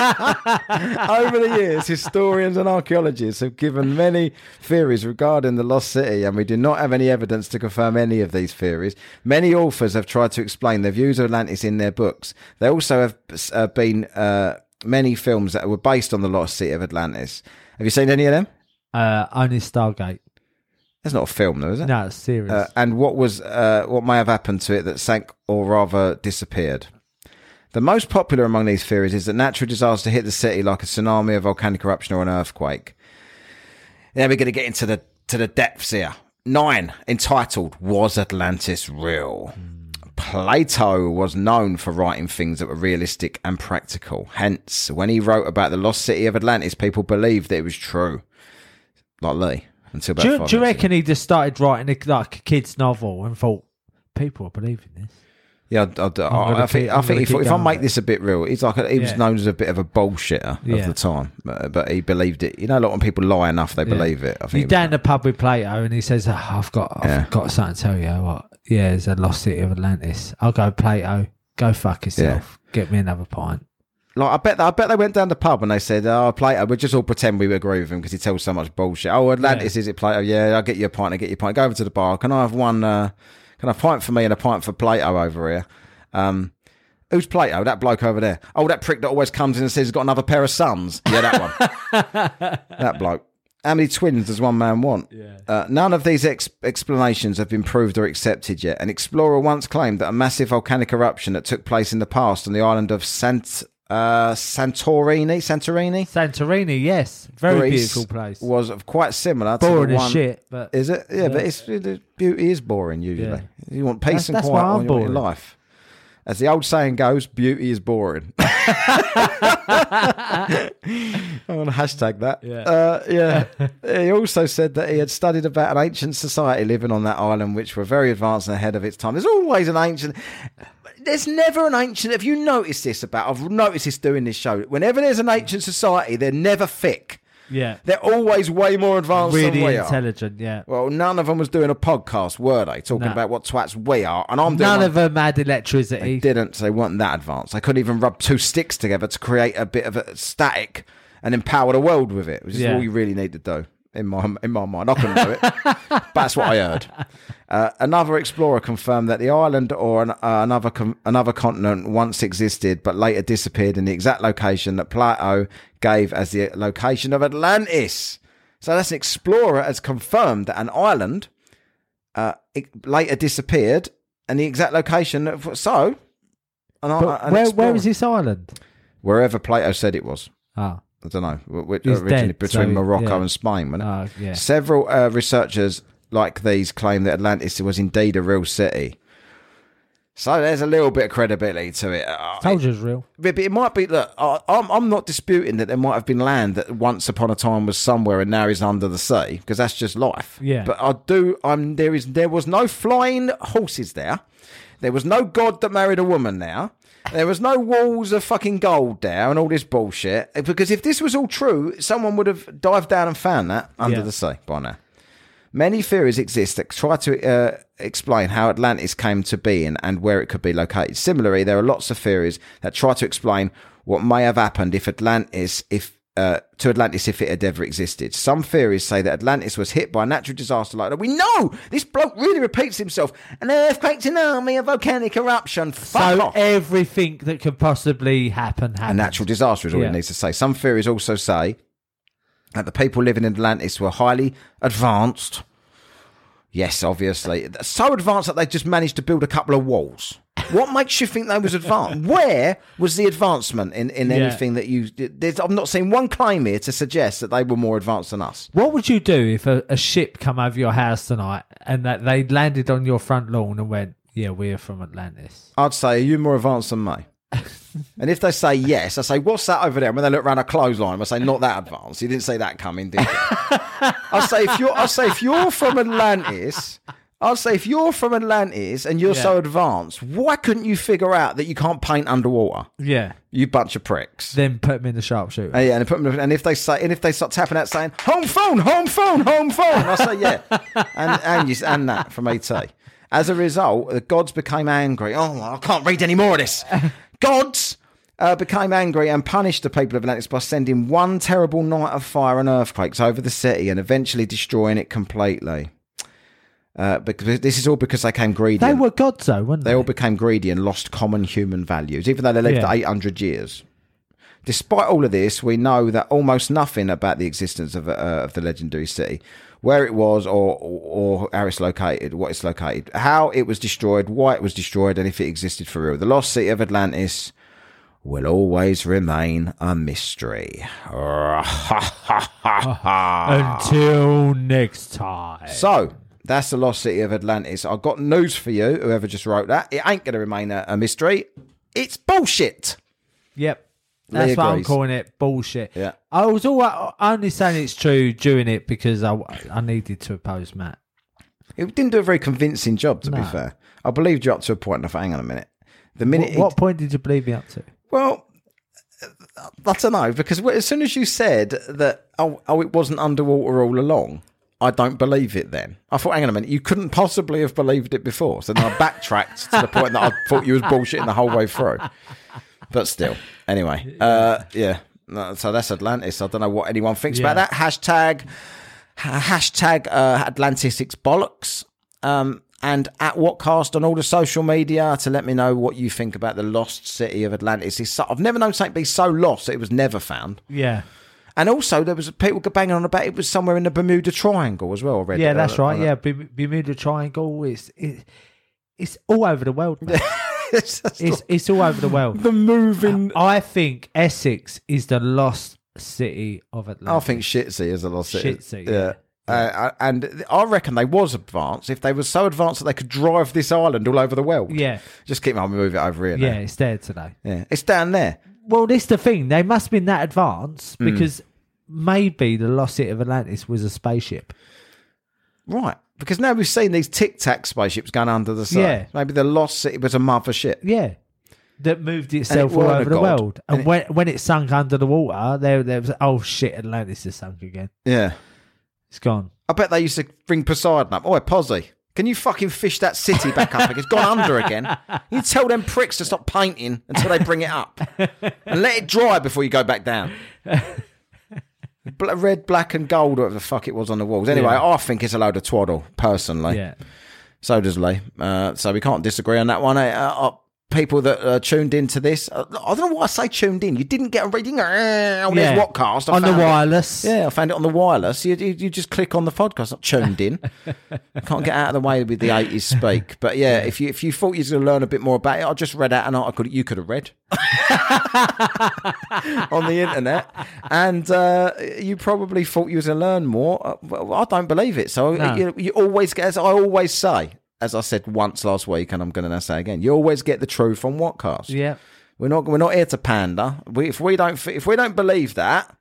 Over the years, historians and archaeologists have given many theories regarding the lost city, and we do not have any evidence to confirm any of these theories. Many authors have tried to explain their views of Atlantis in their books. There also have uh, been uh, many films that were based on the lost city of Atlantis. Have you seen any of them? Uh, only Stargate. That's not a film, though, is it? No, it's serious. Uh, and what was uh, what may have happened to it that sank or rather disappeared. The most popular among these theories is that natural disaster hit the city like a tsunami, a volcanic eruption, or an earthquake. Now we're going to get into the to the depths here. Nine, entitled "Was Atlantis Real?" Plato was known for writing things that were realistic and practical. Hence, when he wrote about the lost city of Atlantis, people believed that it was true. Like Lee, until about do, you- five do you minutes ago. reckon he just started writing a, like a kid's novel and thought people are believing this? Yeah, I, I, gonna I, I think keep- I I'm think gonna if, keep if I going make with this a bit real, he's like a, he was Yeah. known as a bit of a bullshitter of Yeah. the time, but, but he believed it. You know, like when people lie enough, they believe it. I You think. down the pub with Plato and he says, oh, "I've got, I've Yeah. got something to tell you. What? Yeah, there's a lost city of Atlantis. I'll go Plato. Go fuck yourself. Get me another pint. like I bet I bet they went down the pub and they said, "Oh, Plato, we just all pretend we agree with him because he tells so much bullshit." Oh, Atlantis is it Plato? Yeah, I'll get you a pint. I will get you a pint. Go over to the bar. Can I have one? Uh, can I have a pint for me and a pint for Plato over here? Um, who's Plato? That bloke over there. Oh, that prick that always comes in and says he's got another pair of sons. Yeah, that one. that bloke. How many twins does one man want? Uh, none of these ex- explanations have been proved or accepted yet. An explorer once claimed that a massive volcanic eruption that took place in the past on the island of Sant- uh, Santorini, Santorini, Santorini, yes, very Greece, beautiful place. was of quite similar to Boring the as one. shit, but Is it? Yeah, but it's the beauty is boring usually. Yeah. You want peace That's- and that's quiet why all I'm you want in boring. life. As the old saying goes, beauty is boring. I want to hashtag that. Yeah. Uh, yeah. he also said that he had studied about an ancient society living on that island, which were very advanced and ahead of its time. There's always an ancient. There's never an ancient. Have you noticed this about? I've noticed this doing this show. Whenever there's an ancient society, they're never thick. Yeah. They're always way more advanced Really than we are. intelligent, yeah. Well, none of them was doing a podcast, were they? Talking No. about what twats we are, and I'm doing None one- of them had they electricity. didn't. They weren't that advanced. I couldn't even rub two sticks together to create a bit of a static and empower the world with it, which is Yeah. all you really need to do. In my in my mind, I couldn't do it. but that's what I heard. Uh, another explorer confirmed that the island or an, uh, another con another continent once existed, but later disappeared in the exact location that Plato gave as the location of Atlantis. So that's an explorer has confirmed that an island uh, it later disappeared and the exact location of so and I, But where, where is this island? wherever plato said it was Ah, i don't know which He's originally dead, between so he- morocco yeah. and spain wasn't it? ah, yeah. several uh, researchers like these claim that atlantis was indeed a real city so there's a little bit of credibility to it. Uh, Told you it was real. but it might be look, I, I'm, I'm not disputing that there might have been land that once upon a time was somewhere and now is under the sea because that's just life. Yeah. But I do. I'm there is there was no flying horses there. There was no god that married a woman there. There was no walls of fucking gold there and all this bullshit. Because if this was all true, someone would have dived down and found that under Yeah. the sea by now. Many theories exist that try to uh, explain how Atlantis came to being and where it could be located. Similarly, there are lots of theories that try to explain what may have happened if Atlantis, if uh, to Atlantis, if it had ever existed. Some theories say that Atlantis was hit by a natural disaster like that. We know this bloke really repeats himself: an earthquake, tsunami, a volcanic eruption. Fuck So off. everything that could possibly happen a happened. natural disaster is all Yeah. it needs to say. Some theories also say that the people living in Atlantis were highly advanced. Yes, obviously. So advanced that they just managed to build a couple of walls. What makes you think they was advanced? Where was the advancement in, in anything that you... There's, I've not seen one claim here to suggest that they were more advanced than us. What would you do if a, a ship come over your house tonight and that they landed on your front lawn and went, "Yeah, we're from Atlantis." I'd say, are you more advanced than me? and if they say yes, I say, what's that over there? And when they look around a clothesline, I say, not that advanced. You didn't see that coming, did you? I say, if you're, I say, if you're from Atlantis, I'll say, if you're from Atlantis and you're so advanced, why couldn't you figure out that you can't paint underwater? Yeah. You bunch of pricks. Then put them in the sharpshooter. And, yeah, and, put them, and if they say, and if they start tapping out saying "home phone, home phone, home phone," I say yeah, and and you, and that from ET. As a result, the gods became angry. Oh, I can't read any more of this. Gods uh, became angry and punished the people of Atlantis by sending one terrible night of fire and earthquakes over the city and eventually destroying it completely. Uh, because this is all because they came greedy. They and- were gods, though, weren't they? they all became greedy and lost common human values, even though they lived Yeah. 800 years. Despite all of this, we know that almost nothing about the existence of, uh, of the legendary city, where it was, or, or or how it's located, what it's located, how it was destroyed, why it was destroyed, and if it existed for real. The lost city of Atlantis will always remain a mystery. Until next time. So that's the lost city of Atlantis. I've got news for you, whoever just wrote that. It ain't going to remain a, a mystery. It's bullshit. Yep. That's Leah what I'm Grace. calling it bullshit. Yeah. I was all I only saying it's true during it because I, I needed to oppose Matt. It didn't do a very convincing job, to be No. fair. I believed you up to a point. and I thought, hang on a minute. The minute What, it- what point did you believe me up to? well, I don't know because as soon as you said that, oh, oh, it wasn't underwater all along. I don't believe it. Then I thought, hang on a minute, you couldn't possibly have believed it before. So then I backtracked to the point that I thought you was bullshitting the whole way through. But still, anyway, uh, yeah. No, So that's Atlantis. I don't know what anyone thinks Yeah. about that. Hashtag ha- hashtag uh, Atlantis it's bollocks. Um, and at Whatcast on all the social media to let me know what you think about the lost city of Atlantis. It's so, I've never known something be so lost that it was never found. Yeah. And also, there was people banging on about it was somewhere in the Bermuda Triangle as well. I read Yeah, it, that's uh, right. on Yeah, Berm- Bermuda Triangle is it, it's all over the world. mate. the- It's just it's it's all over the world. the moving. I think Essex is the lost city of I Atlantis. think Shitsy is a lost city. Shitsy, yeah. Uh, and I reckon they was advanced. If they were so advanced that they could drive this island all over the world, Yeah. Just keep on move it over here. now. Yeah, it's there today. Yeah, it's down there. Well, this the thing. They must have been that advanced Hmm. because maybe the lost city of Atlantis was a spaceship. Right. Because now we've seen these tic tac spaceships going under the sea. Yeah. Maybe the lost city was a mother ship. Yeah. That moved itself all weren't a over the god. world. And, when, when it sunk under the water, there, there was, oh shit, Atlantis has sunk again. Yeah. It's gone. I bet they used to bring Poseidon up. Oi, Posy, can you fucking fish that city back up? It's gone under again. You tell them pricks to stop painting until they bring it up. And let it dry before you go back down. Bla- Red, black, and gold, whatever the fuck it was on the walls. Anyway, Yeah. I think it's a load of twaddle, personally. Yeah. So does Lee. Uh, so we can't disagree on that one. Uh, uh, people that uh, tuned into this, uh, I don't know why I say tuned in. You didn't get a reading. Uh, oh, yeah. there's Whatcast. I On the found it. wireless. Yeah, I found it on the wireless. You, you, you just click on the podcast, not tuned in. Can't get out of the way with the 80s speak. But yeah, if you if you thought you were going to learn a bit more about it, I just read out an article that you could have read on the internet. And uh, you probably thought you was going to learn more. Uh, well, I don't believe it. So No. you, you always get, as I always say, as I said once last week, and I'm going to now say again, you always get the truth from Whatcast. Yeah. We're not we're not here to pander. We, if we don't if we don't believe that,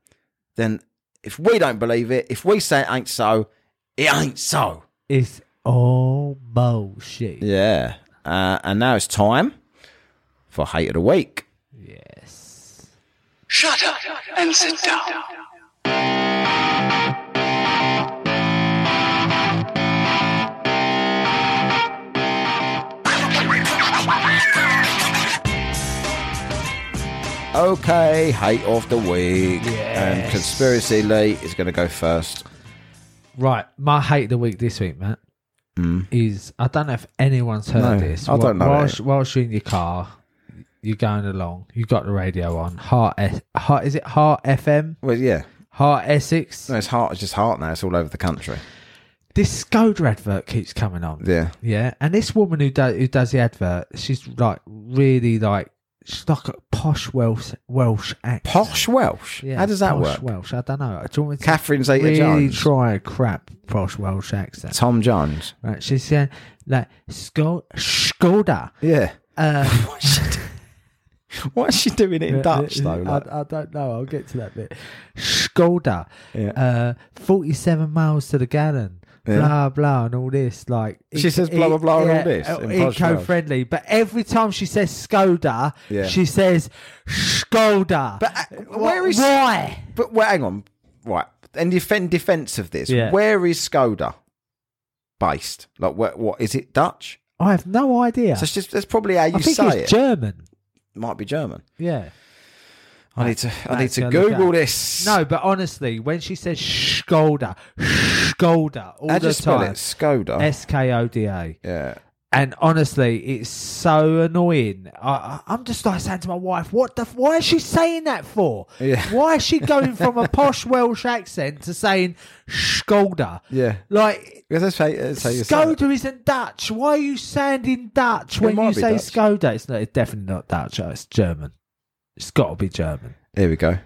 then if we don't believe it, if we say it ain't so, it ain't so. It's all bullshit. Yeah. Uh, and now it's time for hate of the week. Yes. Shut up and sit down. Okay, hate of the week. And Yes. conspiracy Lee is going to go first. Right, my hate of the week this week, Matt, is I don't know if anyone's heard Hmm. No, this. I don't know Whilst, it. whilst you're in your car, you're going along. You've got the radio on. Heart, S- Heart, is it Heart FM? Well, yeah, Heart Essex. no, it's heart. It's just heart now. It's all over the country. This Skoda advert keeps coming on. Yeah, Yeah, and this woman who does who does the advert, she's like really like she's like a posh Welsh Welsh accent. posh Welsh. Yeah, How does that posh work? Welsh, I don't know. Do you want me to Catherine Zeta really Jones, try a crap posh Welsh accent? Tom Jones. Right, she's saying like Skoda, Skoda. Yeah. Uh, Why is she do- Why is she doing it in Dutch though? Like, Uh, I, I don't know. I'll get to that bit. Skoda, Yeah. uh, forty-seven miles to the gallon. Blah blah and all this. Like She eco- says blah, blah, blah, and all this uh, in posh Welsh. Eco-friendly, but every time she says Skoda, Yeah. she says Skoda. But, uh, where is- why? but well, hang on, right? In defend defense of this, Yeah. where is Skoda based? Like, where, what is it? Dutch? I have no idea. So it's just that's probably how you I think say it's it. German. Might be German. Yeah. I need to. I need Matt's to gonna look Google up. this. No, but honestly, when she says Skoda, Skoda all how do the you spell it? time. Skoda. S K O D A. yeah. And honestly, it's so annoying. I, I, I'm just like saying to my wife, "What the? f- Why is she saying that for? Yeah. Why is she going from a posh Welsh accent to saying Skoda? Yeah. Like Because that's how, that's how you say it. Skoda isn't Dutch. Why are you sounding Dutch when might you be say Dutch. Skoda? It's, not, it's definitely not Dutch. Oh, It's German. It's got to be German. Here we go.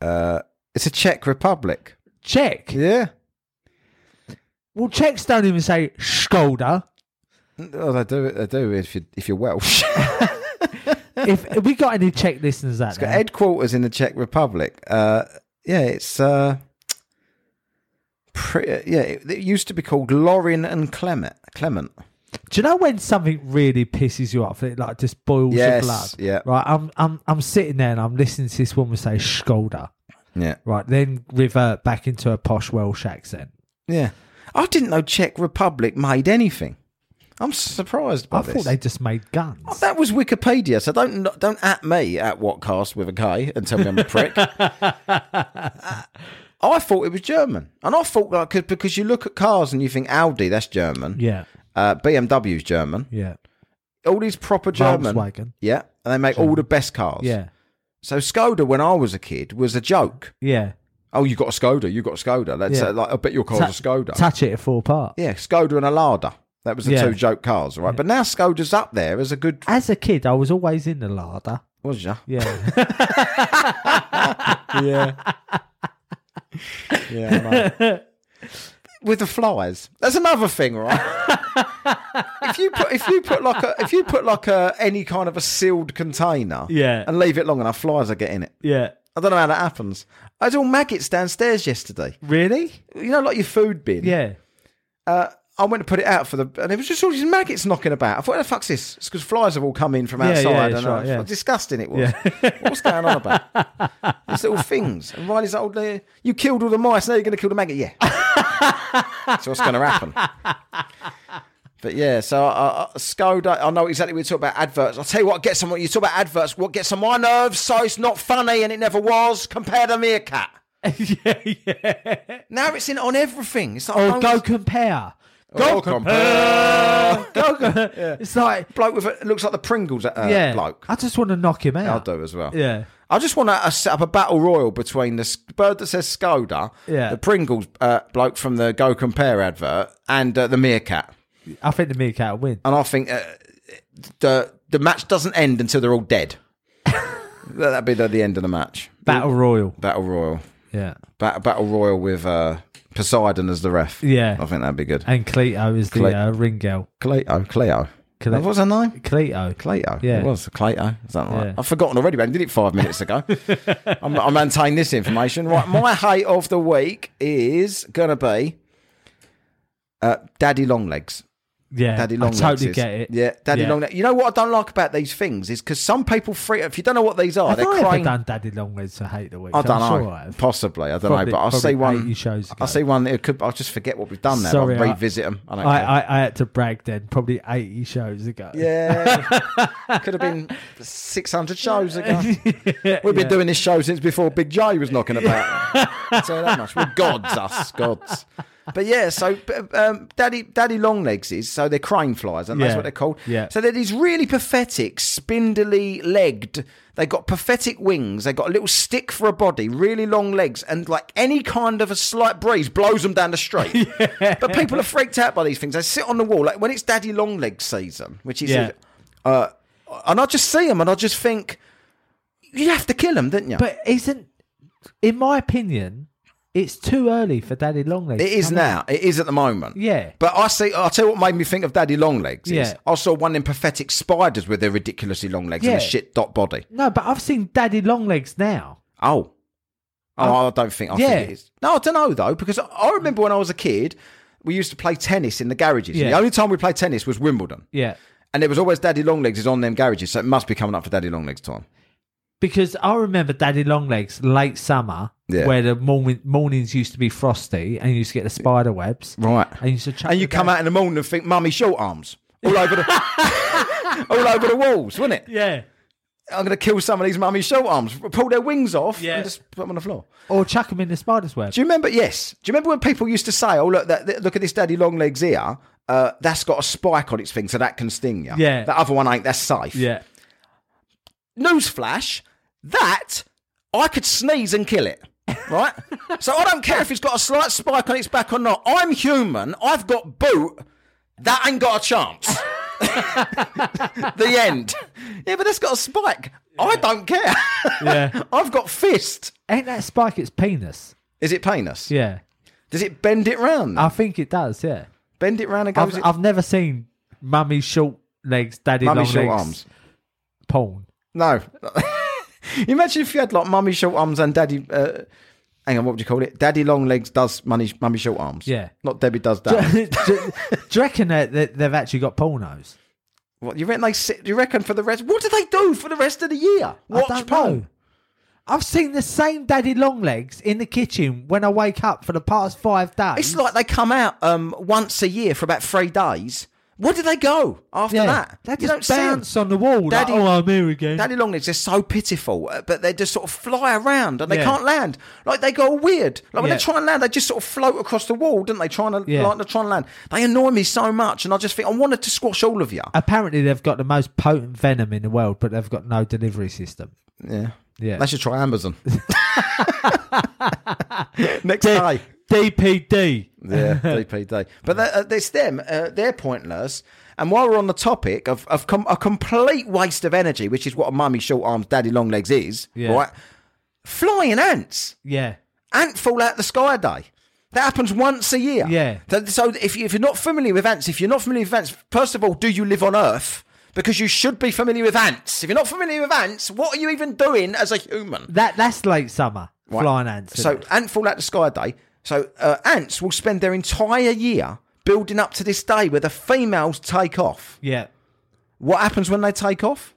Uh, it's a Czech Republic. Czech. Yeah. Well, Czechs don't even say Skoda. Oh, they do. They do. If you if you're Welsh. if, if we got any Czech listeners out It's got there, headquarters in the Czech Republic. Uh, yeah, it's uh, pre- yeah. It, it used to be called Lorin and Clement. Clement. Do you know when something really pisses you off? It like just boils your Yes, blood. yeah. Right. I'm I'm I'm sitting there and I'm listening to this woman say Skoda. Yeah, Right. Then revert back into a posh Welsh accent. yeah. I didn't know Czech Republic made anything. I'm surprised by I this. thought they just made guns. Oh, that was Wikipedia, so don't don't at me at Whatcast with a K and tell me I'm a prick. Uh, I thought it was German, and I thought like 'cause- because you look at cars and you think Audi, that's German. yeah. Uh, BMW's German. Yeah. all these proper German. Volkswagen. Yeah, and they make all the best cars. Yeah. So Skoda, when I was a kid, was a joke. Yeah. Oh, you got a Skoda, you got a Skoda. That's Yeah. uh, like I bet your car's Ta- a Skoda. Touch it at four part. yeah, Skoda and a Lada. That was the Yeah. two joke cars, all right? But now Skoda's up there as a good. As a kid, I was always in the larder. Was ya? Yeah. Yeah. I know. With the flies. That's another thing, right? if if you put if you put like a if you put like a any kind of a sealed container, Yeah. and leave it long enough, flies are getting it. Yeah. I don't know how that happens. I had all maggots downstairs yesterday. Really? You know, like your food bin. Yeah. Uh, I went to put it out for the, and it was just all these maggots knocking about. I thought, "Where the fuck's this?" It's because flies have all come in from Yeah, outside. yeah, and that's uh, right, yeah. how disgusting it was. What's going on about? These little things. And Riley's like, "Oh, they- "You killed all the mice. Now you're going to kill the maggot." Yeah. so what's going to happen? But yeah, so uh, uh, Skoda, I know exactly what you talk about adverts. I'll tell you what gets on, you talk about adverts, what gets on my nerves, so it's not funny and it never was, compared to Meerkat. yeah, yeah. Now it's in on everything. It's like, Or don't- Oh, go compare. Go Oh, compare. Go compare. It's like, bloke with a, looks like the Pringles uh, yeah. bloke. I just want to knock him I'll out. do as well. Yeah. I just want to set up a battle royal between the s- bird that says Skoda, Yeah. the Pringles uh, bloke from the Go Compare advert, and uh, the Meerkat. I think the meerkat will win. And I think uh, the the match doesn't end until they're all dead. That'd be the, the end of the match. Battle Royal. Battle royal, Yeah. Bat- battle royal with uh, Poseidon as the ref. Yeah. I think that'd be good. And Cleto is the Cle- uh, ring girl. Cleto, Cleo. Cle- What was her name? Cleto. Cleto. Yeah. It was Cleto. Is that right? Yeah. I've forgotten already, but I did it five minutes ago. I'm, I maintain this information. Right. My hate of the week is going to be uh, Daddy Longlegs. yeah. Daddy I Longlegs. totally is- get it. Yeah, Daddy Yeah. Longlegs. You know what I don't like about these things is because some people free. If you don't know what these are, Have Oh, they're I ever crying. done Daddy Longlegs to hate the week? I don't am know. Sure I have. Possibly. I don't Probably- know. But I'll probably see one. 80 shows ago. I'll see one. It could. I'll just forget what we've done now. Sorry, I'll I- revisit them. I don't I, care. I, I had to brag then, probably 80 shows ago. Yeah. Could have been 600 shows ago. We've been doing this show since before Big J was knocking about. so that much. We're gods, us gods. But yeah, so b- um, daddy, daddy longlegs is so they're crane flies, and that's Yeah. what they're called. Yeah. So they're these really pathetic, spindly legged. They got pathetic wings. They got a little stick for a body, really long legs, and like any kind of a slight breeze blows them down the street. But people are freaked out by these things. They sit on the wall like when it's daddy longlegs season, which is Yeah. uh, and I just see them and I just think, you have to kill them, didn't you? But isn't, in my opinion, it's too early for Daddy Longlegs. it is now. It is at the moment. Yeah. But I see. I'll tell you what made me think of Daddy Longlegs. Is Yeah. I saw one of them pathetic spiders with their ridiculously long legs and a Yeah. shit dot body. No, but I've seen Daddy Longlegs now. Oh. Oh, I don't think. I Yeah. think it is. No, I don't know though because I remember when I was a kid, we used to play tennis in the garages. Yeah. The only time we played tennis was Wimbledon, Yeah. and it was always Daddy Longlegs is on them garages, so it must be coming up for Daddy Longlegs time. Because I remember Daddy Longlegs late summer, Yeah. where the morning, mornings used to be frosty and you used to get the spider webs. Right. And you used to chuck and you the come daddy- out in the morning and think, "Mummy, short arms all over the all over the walls, wouldn't it?" Yeah. I'm going to kill some of these mummy short arms, pull their wings off, Yeah. and just put them on the floor. Or chuck them in the spider's web. Do you remember? Yes. Do you remember when people used to say, "Oh, look, that, that- look at this daddy long legs here. Uh, that's got a spike on its thing, so that can sting you. Yeah. That other one ain't. That's safe." yeah. Newsflash: that I could sneeze and kill it. Right. so I don't care if it's got a slight spike on its back or not. I'm human. I've got boot. That ain't got a chance. the end. Yeah, but that's got a spike. I don't care. Yeah. I've got fist. Ain't that spike its penis? Is it painless? Yeah. Does it bend it round? I think it does, yeah. bend it round and goes. I've, it- I've never seen mummy short legs, daddy Mummy long short legs arms. porn. No. Imagine if you had like mummy short arms and daddy. Uh, hang on, what would you call it? Daddy long legs does mummy, mummy short arms. Yeah. Not Debbie does that. do, do- do you reckon that, that they've actually got pornos? what you reckon they sit? You reckon for the rest? What do they do for the rest of the year? Watch I don't porn. know. I've seen the same daddy long legs in the kitchen when I wake up for the past five days. It's like they come out um, once a year for about three days. Where do they go after that? They you don't just see 'em. bounce on the wall. Daddy- like, oh, I'm here again. Daddy long legs are so pitiful, uh, but they just sort of fly around and they Yeah. can't land. Like they go weird. Like when Yeah. they try and land, they just sort of float across the wall, don't they? Trying to Yeah. like they try and land. They annoy me so much, and I just think I wanted to squash all of you. Apparently, they've got the most potent venom in the world, but they've got no delivery system. Yeah, Yeah. They should try Amazon. Next day. DPD. Yeah, DPD. But that, uh, there's them. Uh, they're pointless. And while we're on the topic of, of com- a complete waste of energy, which is what a mummy short arms, daddy long legs is, Yeah. right? Flying ants. Yeah. ant fall out the sky a day. That happens once a year. Yeah. So, so if, you, if you're not familiar with ants, if you're not familiar with ants, first of all, do you live on Earth? Because you should be familiar with ants. If you're not familiar with ants, what are you even doing as a human? That that's late summer Right. flying ants. So ant fall out the sky day. So uh, ants will spend their entire year building up to this day where the females take off. yeah, What happens when they take off?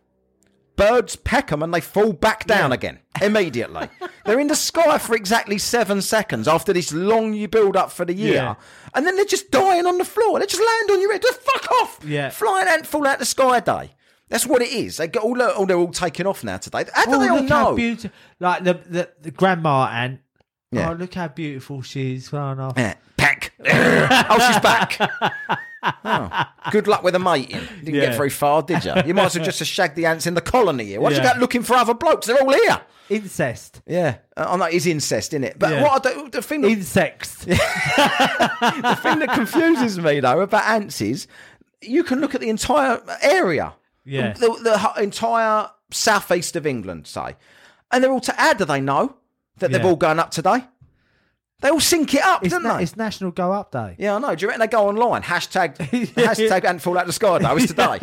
Birds peck them and they fall back down again immediately. they're in the sky for exactly seven seconds after this long you build up for the year, Yeah. and then they're just dying on the floor. They just land on your head. Just fuck off. Yeah. flying ant fall out the sky day. That's what it is. They get all. Oh, they're all taking off now today. How do oh, they all look how know? beautiful! Like the, the the grandma ant. Yeah. Oh, look how beautiful she is. Well enough. Yeah. Pack. Eh, oh, she's back. Oh, good luck with a mating. Didn't get Yeah. very far, did you? You might as well just have shagged the ants in the colony here. Why'd you Yeah. go out looking for other blokes? They're all here. Incest. Yeah. Uh, Oh, no, it's incest, isn't it? But Yeah. what I do, the, thing that, Insects. the thing that confuses me, though, about ants is you can look at the entire area, Yeah. the, the, the hu- entire southeast of England, say, and they're all to how do they know that they've Yeah. all gone up today? They all sync it up, It's, don't na- they? it's National Go Up Day. Yeah, I know. Do you reckon they go online? Hashtag hashtag and fall out the sky though. It's today,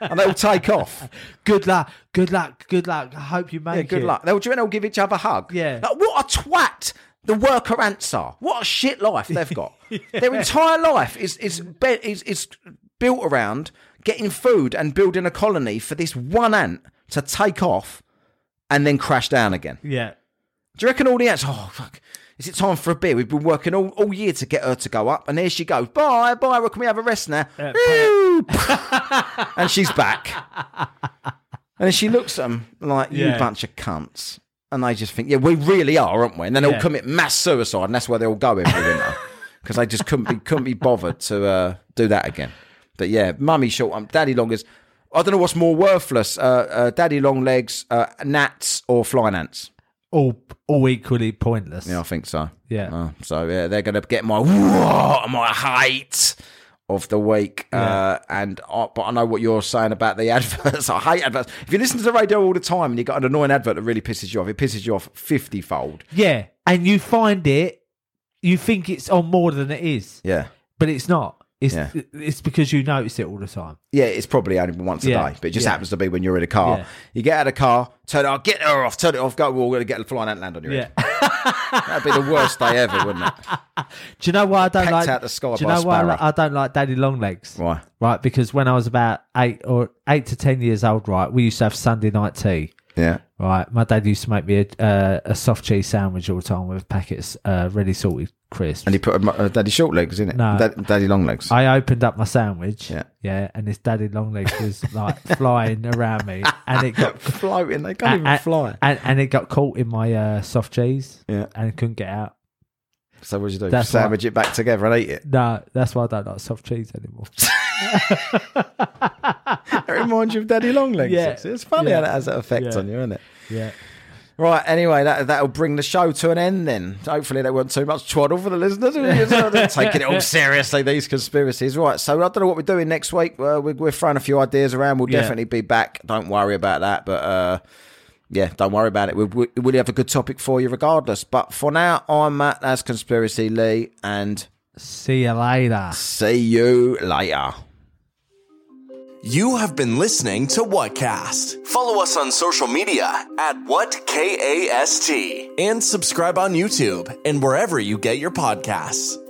and they'll take off. Good luck. Good luck. Good luck. I hope you make Yeah, good it. luck. They'll do you reckon they'll give each other a hug. Yeah. Like, what a twat the worker ants are. What a shit life they've got. Their entire life is is, be- is is built around getting food and building a colony for this one ant to take off and then crash down again. Yeah. Do you reckon all the ants? Oh fuck! Is it time for a beer? We've been working all, all year to get her to go up, and here she goes. Bye, bye. Well, can we have a rest now? Whew. and she's back. And then she looks at them like you Yeah. bunch of cunts, and they just think, yeah, we really are, aren't we? And then they'll Yeah. commit mass suicide, and that's where they'll go every winter because they just couldn't be couldn't be bothered to uh, do that again. But yeah, mummy short arm, daddy long is. I don't know what's more worthless: uh, uh, daddy long legs, uh, gnats, or flying ants. All all equally pointless. Yeah, I think so. Yeah. Uh, so yeah, they're going to get my what my height of the week. Uh, and I, but I know what you're saying about the adverts. I hate adverts. If you listen to the radio all the time and you got an annoying advert that really pisses you off, it pisses you off fifty fold. Yeah. And you find it. You think it's on more than it is, Yeah. but it's not. It's Yeah. it's because you notice it all the time. Yeah, it's probably only once a Yeah. day, but it just Yeah. happens to be when you're in a car. Yeah. You get out of the car, turn it off, get her off, turn it off, go, well, we're going to get a flying ant land on your Yeah. head. That'd be the worst day ever, wouldn't it? Do you know why I don't Packed like? out the sky do you by know why I, Sparrow. li- I don't like Daddy Longlegs? Why? Right, because when I was about eight or eight to ten years old, right, we used to have Sunday night tea. Yeah. Right, my dad used to make me a, uh, a soft cheese sandwich all the time with packets uh, ready salted crisps. And he put a, a daddy short legs, in it? No. Dad- daddy long legs. I opened up my sandwich, Yeah. yeah, and this daddy long leg was like flying around me, and it got floating. They can't and, and, and it got caught in my uh, soft cheese, Yeah. and couldn't get out. So what did you do? That's Sandwich it back together and eat it. No, that's why I don't like soft cheese anymore. That reminds you of Daddy Longlegs. Yeah. It's- It's funny how Yeah. that has that effect Yeah. on you, isn't it? yeah. Right, anyway, that, that'll bring the show to an end then. Hopefully there wasn't too much twaddle for the listeners. They're taking it all seriously, these conspiracies. Right, so I don't know what we're doing next week. Uh, we're, we're throwing a few ideas around. We'll Yeah. definitely be back. Don't worry about that. But uh, yeah, don't worry about it. We, we, we'll have a good topic for you regardless. But for now, I'm Matt. That's Conspiracy Lee. And See you later. see you later. You have been listening to Whatcast. Follow us on social media at WhatKAST and subscribe on YouTube and wherever you get your podcasts.